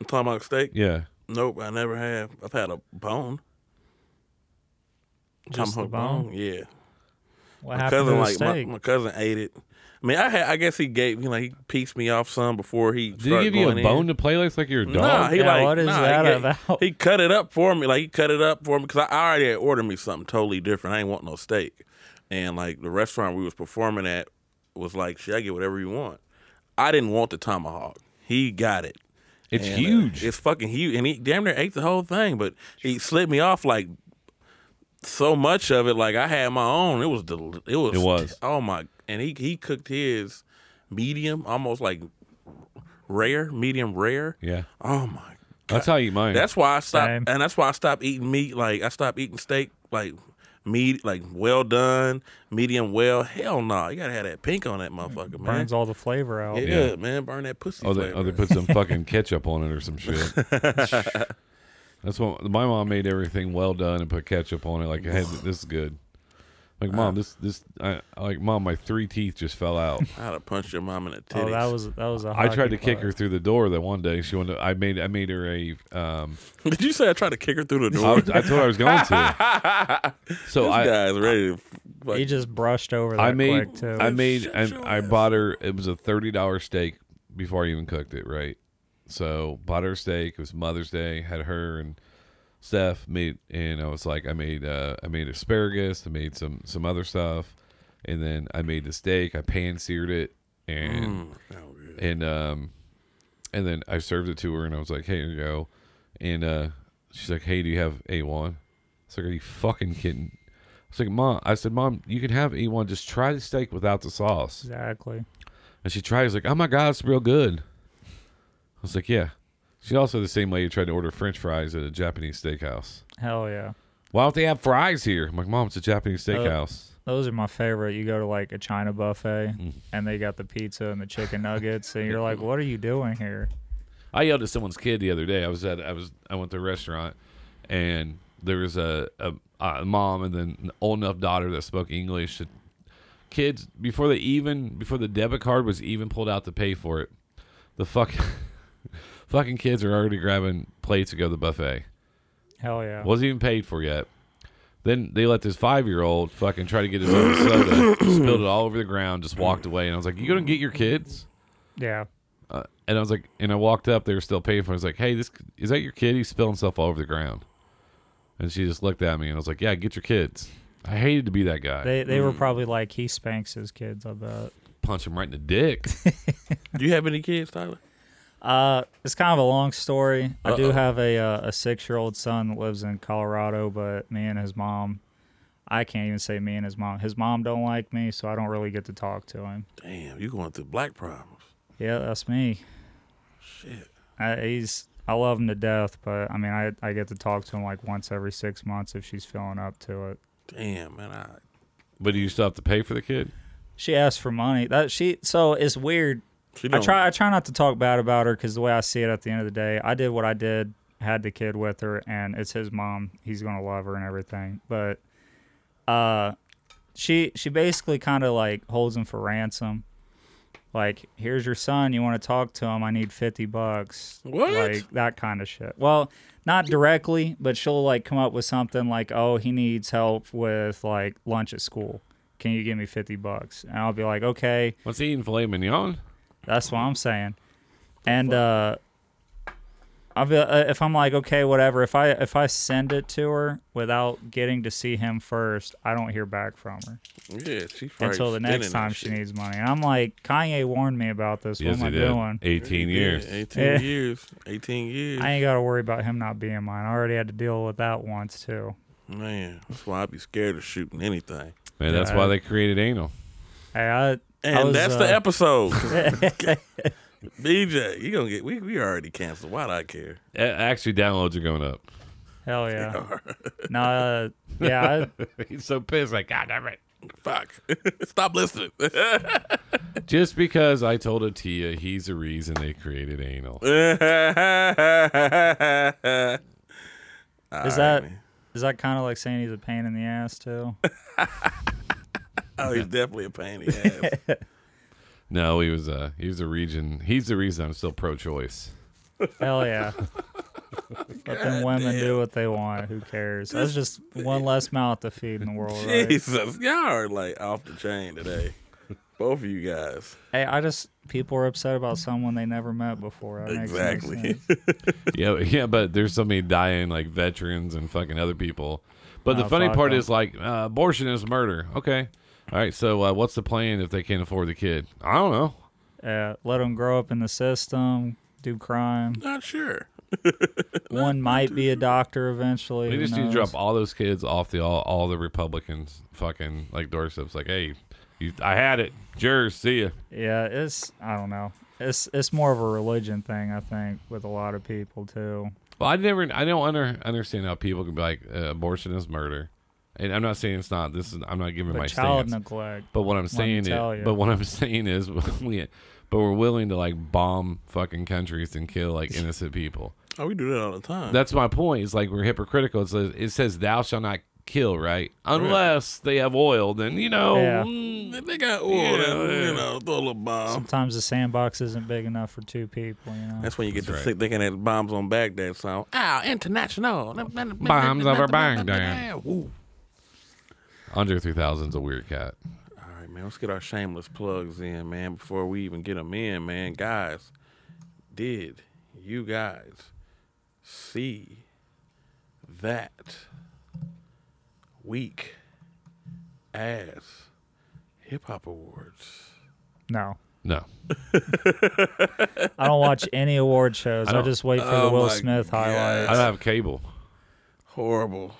I'm talking about steak.
Yeah.
Nope, I never have. I've had a bone.
Just the
Tomahawk
bone?
Yeah.
What
My
happened to
cousin
the
like my,
steak?
my cousin ate it. I mean, I had, I guess he gave me like he pieced me off some before he
Did he give you a bone
In.
to play with like you're a dog?
Nah, he
Yeah,
like
what is
nah, he
that
gave-
about?
He cut it up for me. Like he cut it up for me because I I already had ordered me something totally different. I ain't want no steak, and like the restaurant we was performing at was like, "Shit, I get whatever you want." I didn't want the tomahawk. He got it.
it's
And, uh,
huge.
it's fucking huge. And he damn near ate the whole thing, but he slipped me off like so much of it. Like I had my own. It was del- it was
It was.
oh my. And he he cooked his medium, almost like rare, medium rare.
yeah.
Oh my.
That's how you mine.
That's why I stopped,
Same.
and that's why I stopped eating meat. Like I stopped eating steak, like meat, like well done, medium well. Hell no, you gotta have that pink on that motherfucker, man.
Burns all the flavor out.
yeah,
Yeah.
man, burn that pussy.
oh, they,
flavor.
oh, they put some fucking ketchup on it or
[LAUGHS]
some shit. That's what my mom made everything well done and put ketchup on it. Like, hey, this is good. Like, mom, this, this, I, like, mom, my three teeth just fell
[LAUGHS]
out.
I'd have punched your mom in the titties.
Oh, that was that was a
I tried
hockey
to kick
puck.
her through the door that one day. She wanted. To, I made. I made her a. Um,
[LAUGHS] Did you say I tried to kick her through the [LAUGHS]
I,
door?
was, I told her I was going to.
[LAUGHS]
So
this
I.
guy's ready. To, like,
He just brushed over that
I made.
quick too.
I made.
Shut your
I, I
ass
bought her. It was a thirty dollar steak before I even cooked it. Right. So bought her a steak. It was Mother's Day. Had her and Steph made. And I was like, I made. Uh, I made asparagus. I made some some other stuff, and then I made the steak. I pan seared it and.
oh, yeah.
and um and then I served it to her and I was like, Hey, here you go and uh she's like, Hey, do you have A one? It's like, Are you fucking kidding? I was like, Mom I said, Mom, you can have A one, just try the steak without the sauce.
exactly.
And she tries like, Oh my god, it's real good. I was like, Yeah. She also the same lady tried to order French fries at a Japanese steakhouse.
Hell yeah.
Why don't they have fries here? I'm like, Mom, it's a Japanese steakhouse.
Those are my favorite. You go to like a China buffet
Mm.
and they got the pizza and the chicken nuggets
[LAUGHS]
and you're like, What are you doing here?
I yelled at someone's kid the other day. I was at I was I went to a restaurant and there was a, a, a mom and then an old enough daughter that spoke English. The Kids before they even before the debit card was even pulled out to pay for it, the fuck [LAUGHS] fucking kids are already grabbing plates to go to the buffet.
Hell yeah.
Wasn't even paid for yet. Then they let this five year old fucking try to get his own soda, spilled it all over the ground, just walked away. And I was like, "You gonna get your kids?"
Yeah.
uh, and I was like, and I walked up, they were still paying for. it. I was like, hey, this is that your kid? He's spilling stuff all over the ground. And she just looked at me, and I was like, yeah, get your kids. I hated to be that guy.
They they were probably like he spanks his kids, I bet.
Punch him right in the dick.
Do you have any kids, Tyler?
Uh it's kind of a long story. I do have a uh, a six year old son that lives in Colorado, but me and his mom I can't even say me and his mom. His mom don't like me, so I don't really get to talk to him.
Damn, you going through black problems.
Yeah, that's me.
Shit.
I, he's I love him to death, but I mean I I get to talk to him like once every six months if she's feeling up to it.
Damn, man. I,
but do you still have to pay for the kid?
She asked for money. That she so it's weird.
she
I
don't,
try I try not to talk bad about her because the way I see it at the end of the day, I did what I did, had the kid with her, and it's his mom. He's gonna love her and everything. But uh, she she basically kind of like holds him for ransom. like here's your son you want to talk to him i need 50 bucks
What?
like that kind of shit well not directly but she'll like come up with something like oh he needs help with like lunch at school can you give me 50 bucks and i'll be like okay
What's he eating filet mignon?
that's what i'm saying and uh I'll be, uh, if i'm like okay whatever if i if i send it to her without getting to see him first i don't hear back from her
Yeah, she's probably
until the
spending that
next time
shit.
she needs money. And I'm like, Kanye warned me about this.
Yes,
what am I
he did.
doing?
18 years.
Yeah, 18
Yeah.
years. 18 years.
I ain't got to worry about him not being mine. I already had to deal with that once too.
Man, that's why I'd be scared of shooting anything.
Man, that's why they created anal.
Hey, I, I
And
was,
that's
uh,
the
[LAUGHS]
episode. BJ, you gonna get we we already canceled. Why do I care? [LAUGHS]
A- Actually, downloads are going up.
Hell yeah. no, uh, yeah, I,
[LAUGHS] He's so pissed. Like, God damn it.
Fuck. [LAUGHS] Stop listening. [LAUGHS]
Just because I told Atia he's the reason they created anal.
Is
is that is that kind of like saying he's a pain in the ass too?
Oh, he's definitely a pain in the ass.
No, he was uh he was the region he's the reason I'm still pro choice.
Hell yeah. Let them women do what they want. Who cares? That's just one less mouth to feed in the world. [LAUGHS] Right?
Jesus, y'all are like off the chain today. Both of you guys.
Hey, I just people are upset about someone they never met before. That makes no
Exactly.
sense.
Yeah, [LAUGHS] but- yeah, but there's so many dying like veterans and fucking other people. But the
Oh,
funny
fuck
part
them.
is like uh, abortion is murder. Okay. All right, so uh, what's the plan if they can't afford the kid? I don't know.
uh, let them grow up in the system, do crime.
[LAUGHS] Not sure.
One might be a doctor eventually.
They
who
just need to
knows?
drop all those kids off the all, all the Republicans fucking like doorsteps. Like, hey, you, I had it. Jurors, see ya.
Yeah, it's I don't know. It's it's more of a religion thing, I think, with a lot of people too.
Well, I never, I don't under, understand how people can be like uh, abortion is murder, and I'm not saying it's not. This is, I'm not giving
But
my
child
stance.
neglect.
But what I'm saying
tell
is,
you.
but what I'm [LAUGHS] saying is, we, but we're willing to like bomb fucking countries and kill like innocent people.
Oh, we do that all the time.
That's my point. It's like we're hypocritical. It says, it says thou shall not kill, right? Unless they have oil, then you know.
Yeah.
mm,
If they got oil, then, you know, throw a little bomb.
Sometimes the sandbox isn't big enough for two people, you know.
That's when you get to
right.
sick thinking that bombs on Baghdad sound. Ow, international. Bombs
Bombs over [LAUGHS] Baghdad.
All
Andre 3000's a weird cat.
right, man, let's get our shameless plugs in, man, before we even get them in, man. Guys, did you guys see that week as hip hop awards?
No.
No,
I don't watch any award shows. I,
don't-
just wait for
Oh
the Will
my
Smith
God.
I
highlights.
don't have cable.
Horrible.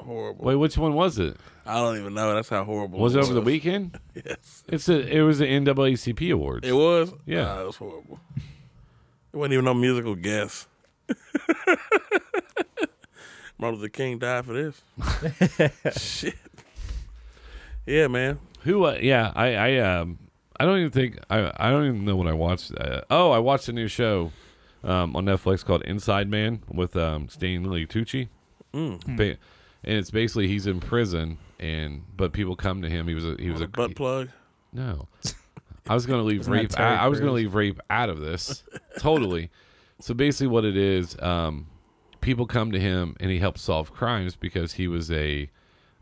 Horrible.
Wait, which one was it?
I don't even know. That's how horrible
Was
it
it over the weekend?
[LAUGHS] Yes.
It's a. It was the NAACP awards.
It was?
Yeah.
Nah, it was horrible. It wasn't even no musical guest. [LAUGHS] Martin Luther King died for
[LAUGHS]
this. Shit. Yeah, man.
Who? Uh, yeah, I. I. Um. I don't even think. I. I don't even know what I watched. Uh, oh, I watched a new show, um, on Netflix called Inside Man with um Stanley Tucci. Ba- and it's basically he's in prison and but people come to him. He was a he was a
The butt plug.
No. I was going to leave
that
rape.
Terry
I, I was going to
Crews?
leave rape out of this totally. So basically, what it is, um, people come to him and he helps solve crimes because he was a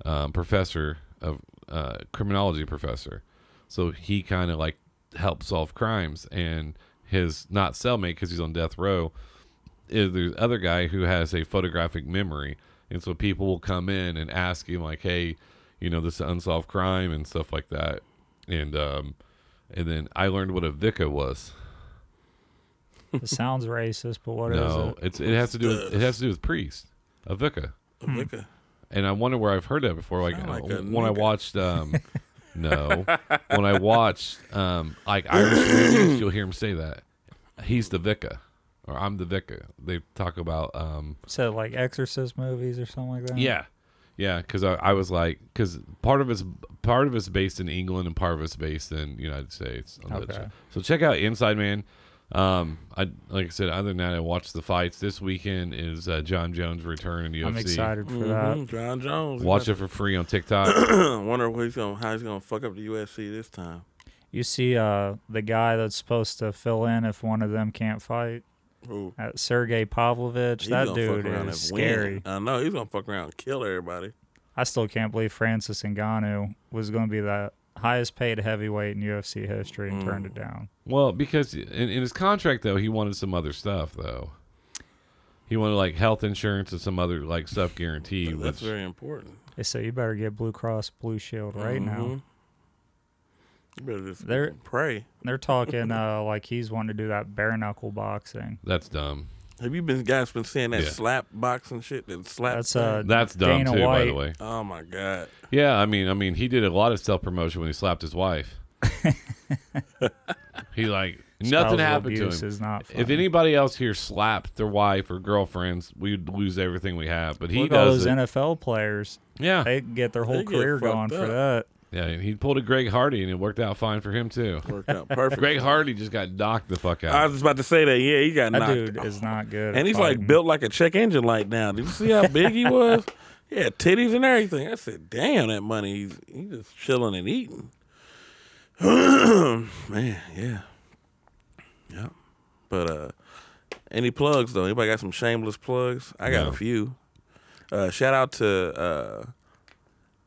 um, professor of uh, criminology professor. So he kind of like helped solve crimes and his not cellmate because he's on death row is there's other guy who has a photographic memory and so people will come in and ask him like hey you know this is unsolved crime and stuff like that and um and then i learned what a vica was
it sounds racist, but what is
no
it?
it's it has to do with, it has to do with priest a vica
Hmm.
Look at-
and i wonder where i've heard that before like,
Sound like a
when i
nigga.
watched
[LAUGHS]
um no when i watched um like irish movies you'll hear him say that he's the vicar or i'm the vicar they talk about um
So like Exorcist movies or something like that?
Yeah, yeah. Because I, I was like, because part of it's part of it's based in England and part of it's based in United States. on that
Okay.
show. So check out Inside Man. Um, I like I said, other than that, I watched the fights. This weekend is uh, John Jones' return in UFC.
I'm excited for
Mhm,
that.
John Jones.
Watch it for free on TikTok.
[CLEARS THROAT]
[COUGHS]
I wonder what he's gonna, how he's going to fuck up the USC this time.
You see uh, the guy that's supposed to fill in if one of them can't fight.
Who?
Uh, Sergey Pavlovich,
He's
that
gonna
dude
fuck around
is
and win.
scary.
I know he's gonna fuck around and kill everybody.
I still can't believe Francis Ngannou was going to be the highest paid heavyweight in UFC history and turned
Mm.
it down.
Well, because in, in his contract though, he wanted some other stuff though. He wanted like health insurance and some other like stuff guaranteed.
That's
Which,
very important.
They say you better get Blue Cross Blue Shield right now.
Mm-hmm. You better just
There-
pray.
They're talking uh, like he's wanting to do that bare knuckle boxing.
that's dumb.
Have you been guys been seeing that
Yeah.
slap boxing shit? That slap.
That's
thing?
uh,
That's dumb
Dana
too, by the
White.
way.
Oh my god.
Yeah, I mean, I mean, he did a lot of self promotion when he slapped his
[LAUGHS]
wife. he like nothing
spousal
happened to
abuse
him.
Is not
If
funny.
anybody else here slapped their wife or girlfriends, we'd lose everything we have. But he
Look at all
does
those
it.
NFL players,
yeah,
they can get their whole
They get
career
fucked
going for
up.
that.
yeah. and He pulled a Greg Hardy, and it worked out fine for him too.
Worked [LAUGHS] out perfect.
Greg Hardy just got knocked the fuck
I
out.
was just about to say that. Yeah, he got
That
knocked.
dude is not good.
and
at
he's
fighting.
like built like a check engine light now. Did you see how big he
[LAUGHS]
was? Yeah, titties and everything. I said, damn, that money. He's, he's just chilling and eating. [CLEARS THROAT] Man, yeah. Yeah. But uh any plugs though? Anybody got some shameless plugs? I got
No.
a few. Uh shout out to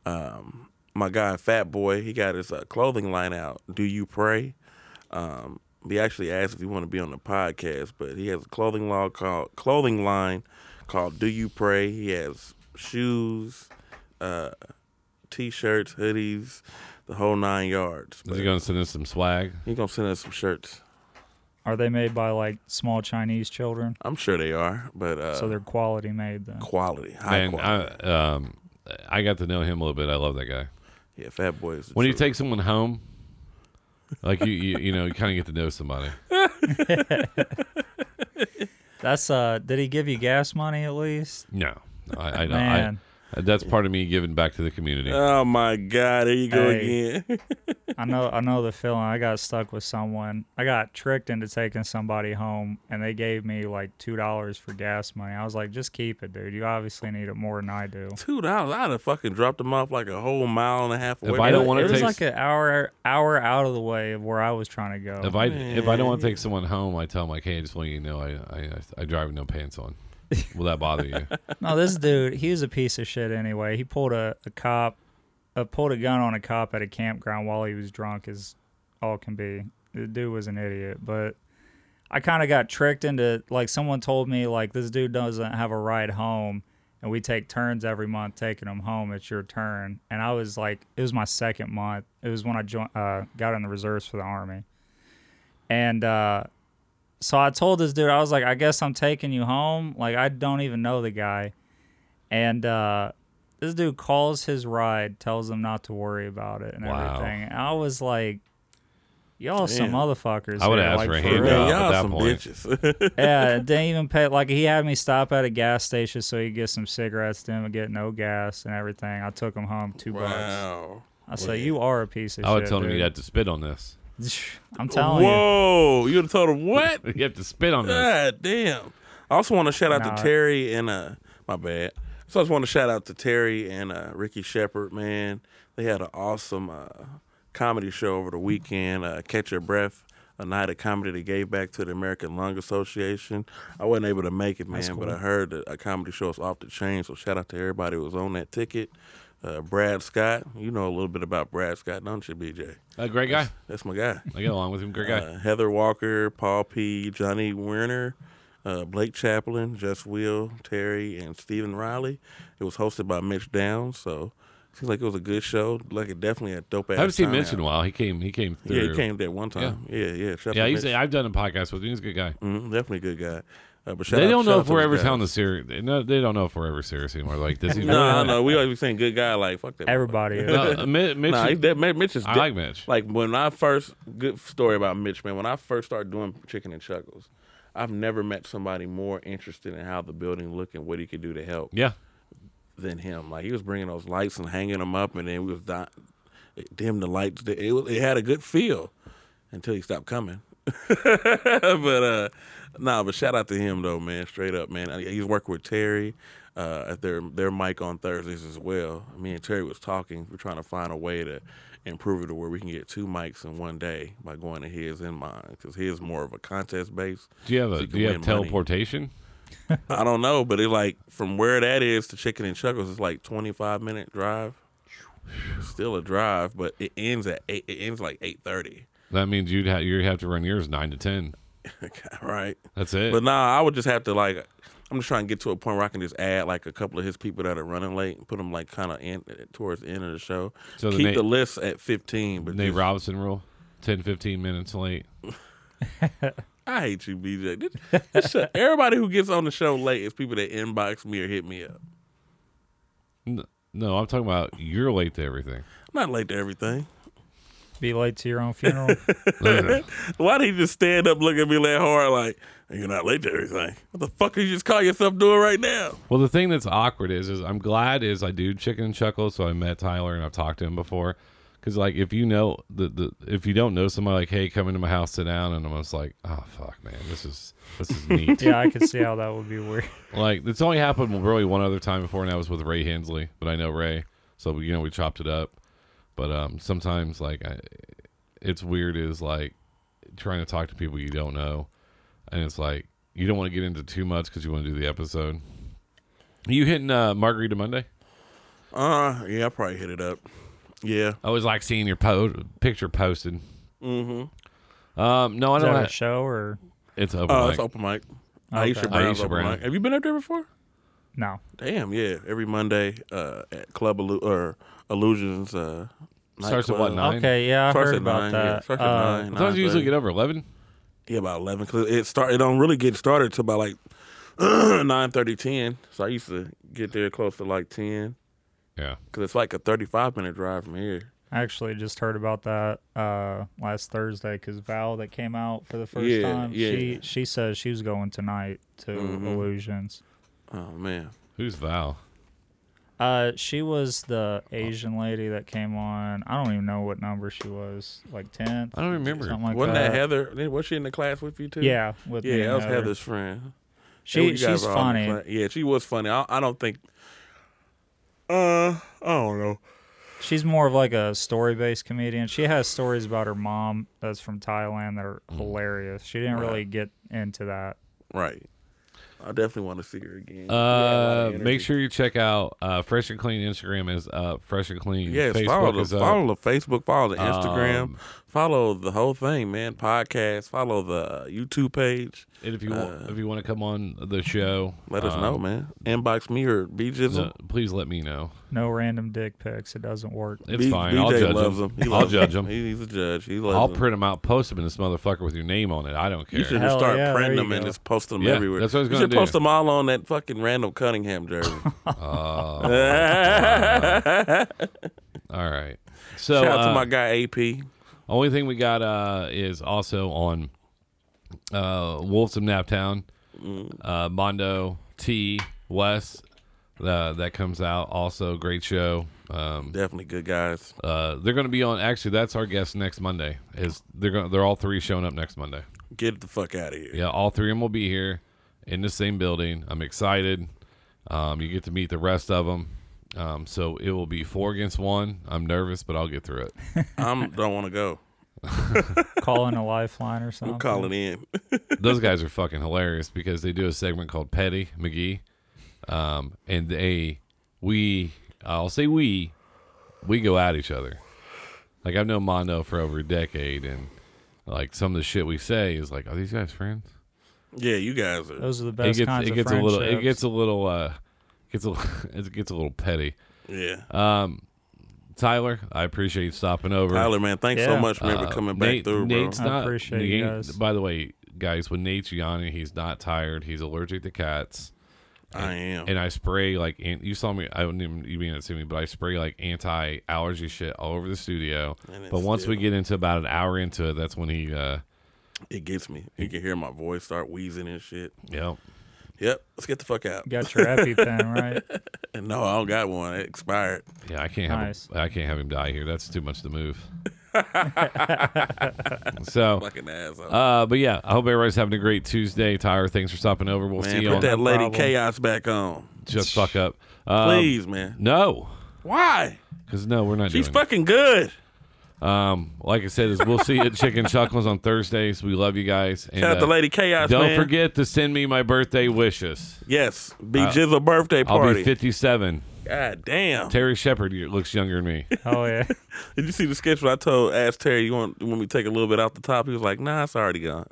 uh um my guy Fat Boy. He got his uh, clothing line out. Do you pray? Um, we actually asked if he want to be on the podcast, but he has a clothing law called clothing line called Do You Pray. He has shoes, uh, t-shirts, hoodies, the whole nine yards.
Is
But
he going to send us some swag?
he gonna send us some shirts.
Are they made by like small Chinese children?
I'm sure they are, but uh,
so they're quality made then.
quality, high
Man,
quality.
I, um, I got to know him a little bit. I love that guy.
yeah, Fat Boy is. the
When you
truth.
take someone home, like you, you, you know, you kind of get to know somebody.
That's uh. Did he give you gas money at least?
No, I, I, [LAUGHS]
Man.
I, Uh, that's part of me giving back to the community.
Oh my God! There you go
Hey.
again. [LAUGHS]
I know I know the feeling. I got stuck with someone. I got tricked into taking somebody home and they gave me like two dollars for gas money. I was like, just keep it, dude. You obviously need it more than I do.
Two dollars. I'd have fucking dropped him off like a whole mile and a half away.
If I don't
from-
want
it
to
was
take,
like an hour hour out of the way of where I was trying to go.
if I if I don't want to take someone home, I tell them like, hey, I just want you to know I I, I drive with no
[LAUGHS]
pants on. Will that bother you?
no, this dude, he was a piece of shit anyway. He pulled a, a cop, uh, pulled a gun on a cop at a campground while he was drunk, as all can be. The dude was an idiot, but I kind of got tricked into like someone told me like this dude doesn't have a ride home, and we take turns every month taking him home. It's your turn, and I was like, it was my second month. It was when I joined, uh, got in the reserves for the army, and uh, so I told this dude, I was like, I guess I'm taking you home. Like, I don't even know the guy. And uh, this dude calls his ride, tells him not to worry about it and
Wow.
everything. And I was like, y'all some
Damn.
motherfuckers.
I would
here,
ask
like,
for a
for
hand
real.
[LAUGHS]
job.
Man,
at
y'all
that
some
point.
bitches. [LAUGHS]
yeah, it didn't even pay. Like, he had me stop at a gas station so he could get some cigarettes, didn't get no gas and everything. I took him home, two bucks.
wow.
I said, you are a piece of
I would
shit,
tell them
dude.
you have to spit on this. [LAUGHS]
[LAUGHS] I'm telling you.
Whoa! You would have told him what?
You have to spit on
[LAUGHS]
this.
God damn. I also want to shout out
Nah.
to Terry and uh my bad. So I just want to shout out to Terry and uh Ricky Shepard, man. They had an awesome uh comedy show over the weekend, uh Catch Your Breath. A night of comedy they gave back to the American Lung Association. I wasn't able to make it, man, but I heard that a comedy show is off the chain. So shout out to everybody who was on that ticket. Uh, Brad Scott, you know a little bit about Brad Scott, don't you, BJ?
A great guy.
That's my guy.
I get along with him. Great guy.
Uh, Heather Walker, Paul P, Johnny Werner, uh, Blake Chaplin, Jess Will, Terry, and Stephen Riley. It was hosted by Mitch Downs, so seems like it was a good show. Like it definitely a dope ass.
I haven't seen
time
Mitch in a
out.
while. He came. He came through.
Yeah, he came that one time. Yeah, yeah. shout out
Yeah,
to
he's,
Mitch.
I've done a podcast with him. He's a good guy.
Mhm, definitely a good guy. Uh, but shout
They
out- shout
don't know
out
if
to
we're
those
ever
guys.
telling the serious. No, they don't know if we're ever serious anymore. Like this.
[LAUGHS] No, nah, no,
[LAUGHS]
we always be saying good guy. Like fuck that.
Everybody
[LAUGHS]
is.
no. Mitch, Mitch
Nah, he, that, Mitch is.
I like Mitch.
Like when I first good story about Mitch, man. When I first started doing Chicken and Chuckles, I've never met somebody more interested in how the building looked and what he could do to help
yeah.
than him. Like he was bringing those lights and hanging them up, and then we was di- dim the lights. It, was, it had a good feel until he stopped coming, [LAUGHS] but uh nah, but shout out to him though, man. Straight up, man. I- He's working with Terry uh, at their their mic on Thursdays as well. Me and Terry was talking. We're trying to find a way to improve it to where we can get two mics in one day by going to his and mine because his more of a contest based.
Do you have
so
a
can
do you have
win money.
teleportation?
I don't know, but it like from where that is to Chicken and Chuckles is like twenty five minute drive. Still a drive, but it ends at eight. It ends like eight thirty. [LAUGHS]
That means you'd have you'd have to run yours nine to ten.
right.
That's it.
But nah, I would just have to like. I'm just trying to get to a point where I can just add like a couple of his people that are running late and put them like kind of in uh, towards the end of the show.
So the
Keep
Nate-
the list at 15. But
Nate
just-
Robinson rule 10, 15 minutes late.
I hate you, BJ. This- this shit- everybody who gets on the show late is people that inbox me or hit me up.
N- No, I'm talking about you're late
[LAUGHS]
to everything.
I'm not late to everything.
Be late to your
[LAUGHS]
own funeral.
Why did he just stand up, look at me that hard, like you're not late to everything? What the fuck are you just call yourself doing right now?
Well, the thing that's awkward is, is I'm glad is I do chicken and chuckle. So I met Tyler and I've talked to him before. Cause like if you know the, the if you don't know somebody like hey come into my house sit down and I'm just like oh fuck man this is
[LAUGHS]
this is neat
yeah, I could see how that would be weird.
like it's only happened really one other time before and that was with Ray Hensley but I know Ray so we, you know we chopped it up but um sometimes like I, it's weird is like trying to talk to people you don't know and it's like you don't want to get into too much because you want to do the episode. you hitting uh, Margarita Monday?
Uh, yeah, I probably hit it up. Yeah,
I always like seeing your po- picture posted. Mm-hmm. Um, no, I
Is
don't.
that
know.
a show or
it's open.
oh,
mic.
it's open mic.
Okay.
Aisha Brown's
Aisha
open
Brown.
mic. Have you been up there before?
no?
Damn, yeah. Every Monday uh, at Club Illu- or Illusions. Uh,
Starts at what,
nightclub.
Nine?
Okay, yeah, I
Starts
heard
at
about
nine. Yeah,
that.
starts at
Uh,
nine.
Sometimes you usually
9:30.
get over eleven.
Yeah, about eleven. Cause it start. It don't really get started till about like [CLEARS THROAT] nine thirty, ten. So I used to get there close to like ten.
Yeah.
Cause it's like a thirty-five minute drive from here.
I actually just heard about that uh, last Thursday because Val that came out for the first
Yeah,
time.
yeah. Mm-hmm.
She she says she was going tonight to Illusions.
Oh man.
Who's Val?
Uh, she was the Asian lady that came on. I don't even know what number she was, like tenth.
I don't remember.
Something like
Wasn't
that.
that Heather? then Was she in the class with you too?
Yeah, with me
Yeah,
and
that was
Heather.
Heather's friend. Yeah,
She
you guys
she's
were all in the
funny.
class. Yeah, she was funny. I, I don't think. Uh, I don't know.
She's more of like a story based comedian. She has stories about her mom that's from Thailand that are
Mm.
hilarious. She didn't really get into that.
Right. I definitely want to see her again.
Uh,
Yeah,
make sure you check out uh, Fresh and Clean. Instagram is up. Fresh and Clean.
Yes,
Facebook
follow
is
the
up.
follow the Facebook, follow the Instagram,
Um,
follow the whole thing, man. Podcast, follow the YouTube page.
And if you want, if you want to come on the show,
Uh, Let us
um,
know, man. Inbox me or BJism.
no, please let me know.
No random dick pics. It doesn't work.
It's
B-
fine.
BJ
I'll judge
loves
them.
him. He
I'll
loves
judge
him.
them.
He- He's a judge. He loves
I'll
him.
print them out, post them in this motherfucker with your name on it. I don't care.
you should
Hell
just start
yeah, there
printing
you
them and
go.
just post them
Yeah,
everywhere.
that's what I was
you
gonna
should
do.
post them all on that fucking Randall Cunningham
[LAUGHS]
jersey. [LAUGHS]
Uh, All right. So
Shout out to
uh,
my guy AP.
Only thing we got uh, is also on uh, Wolves of Naptown,
Mm.
uh, Mondo T Wes. Uh, that comes out also great show. Um,
Definitely good guys.
uh, they're going to be on. Actually, that's our guest next Monday. Is they're going they're all three showing up next Monday.
Get the fuck out of here.
Yeah, all three of them will be here in the same building. I'm excited. Um, you get to meet the rest of them. Um, so it will be four against one. I'm nervous, but I'll get through it.
I don't want to go.
Calling a lifeline or something.
I'm calling in. [LAUGHS]
those guys are fucking hilarious because they do a segment called Petty McGee, um, and they we I'll say we we go at each other. Like I've known Mondo for over a decade, and like some of the shit we say is like, are these guys friends?
yeah, you guys are.
Those are the best
it gets
kinds
it
of
gets a little it
friendships.
gets a little uh gets a it gets a little [LAUGHS] petty.
Yeah.
Uh, Tyler, I appreciate you stopping over.
Tyler, man, thanks so
Yeah.
much, man, for
Uh,
coming back
Nate-
through, bro.
Nate's
I
not-
appreciate you
Nate-
guys.
By the way, guys, when Nate's yawning, he's not tired. He's allergic to cats.
I am.
and I spray like an- you saw me. I don't even you may not see me, but I spray like anti allergy shit all over the studio.
And it's
But once we
still-
get into about an hour into it, that's when he, uh,
it gets me. You can hear my voice start wheezing and shit.
yeah,
Yep, let's get the fuck out.
You got your EpiPen, right?
And no, I don't got one. It expired.
yeah, I can't have
[LAUGHS]
Nice.
him, I can't have him die here. That's too much to move. [LAUGHS] So,
Fucking asshole.
uh, but yeah, I hope everybody's having a great Tuesday. Tyler, thanks for stopping over. We'll see
man,
you
put
on
that lady
problem.
chaos back on.
just fuck up. Um,
Please, man.
No,
Why?
because no, we're not
She's
doing. it.
fucking good.
Um, like I said, is we'll see you at Chicken Chuckles on Thursdays. We love you guys. And,
Shout out to
uh,
Lady Chaos,
Don't
man.
forget to send me my birthday wishes.
Yes, be Jizzle birthday
I'll
party.
be 57.
God damn.
Terry Shepard looks younger
[LAUGHS]
than me.
Hell yeah.
Did you see the sketch where I told asked Terry you want you want me to take a little bit off the top? He was like, Nah, it's already gone.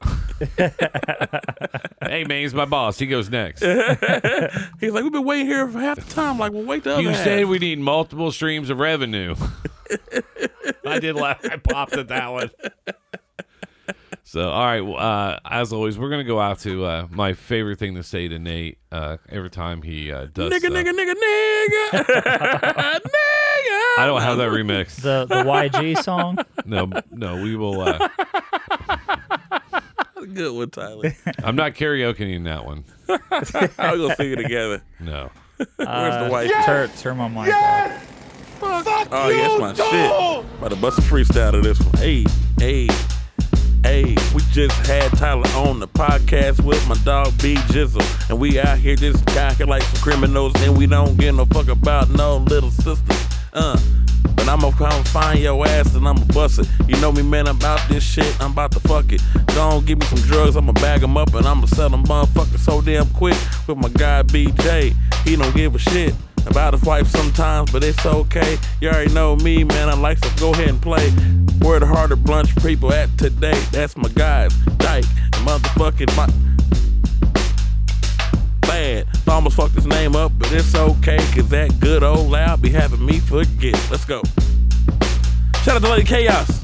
hey, man, he's my boss. He goes next.
He's like, We've been waiting here for half the time. Like, well, wait the other
You
half.
said we need multiple streams
[LAUGHS]
of revenue. I did laugh. I popped at that one. So, all right. Well, uh, as always, we're going to go out to uh, my favorite thing to say to Nate uh, every time he uh, does
nigga,
stuff.
nigga, nigga, nigga,
[LAUGHS]
nigga. [LAUGHS]
I don't have that remixed.
The the YG song.
No, no, we will. Uh,
Good one, Tyler.
I'm not karaokeing that one.
I'm gonna sing it together.
No.
Where's
Uh,
the white?
Turn, turn my mic off.
Oh, yeah, that's my shit. About to bust a freestyle to this one. Hey, hey, hey. We just had Tyler on the podcast with my dog B Jizzle. And we out here just acting like some criminals. And we don't give no fuck about no little sisters. Uh. But I'ma come find your ass and I'ma bust it. You know me, man, I'm about this shit. I'm about to fuck it. Don't give me some drugs, I'ma bag them up and I'ma sell them motherfuckers so damn quick. With my guy BJ, he don't give a shit about his wife sometimes, but it's okay. You already know me, man. I like to go ahead and play. Where the harder blunch people at today. That's my guys, Dyke, and motherfucking my bad. I almost fucked his name up, but it's okay, cause that good old loud be having me forget. Let's go. Shout out to Lady Chaos.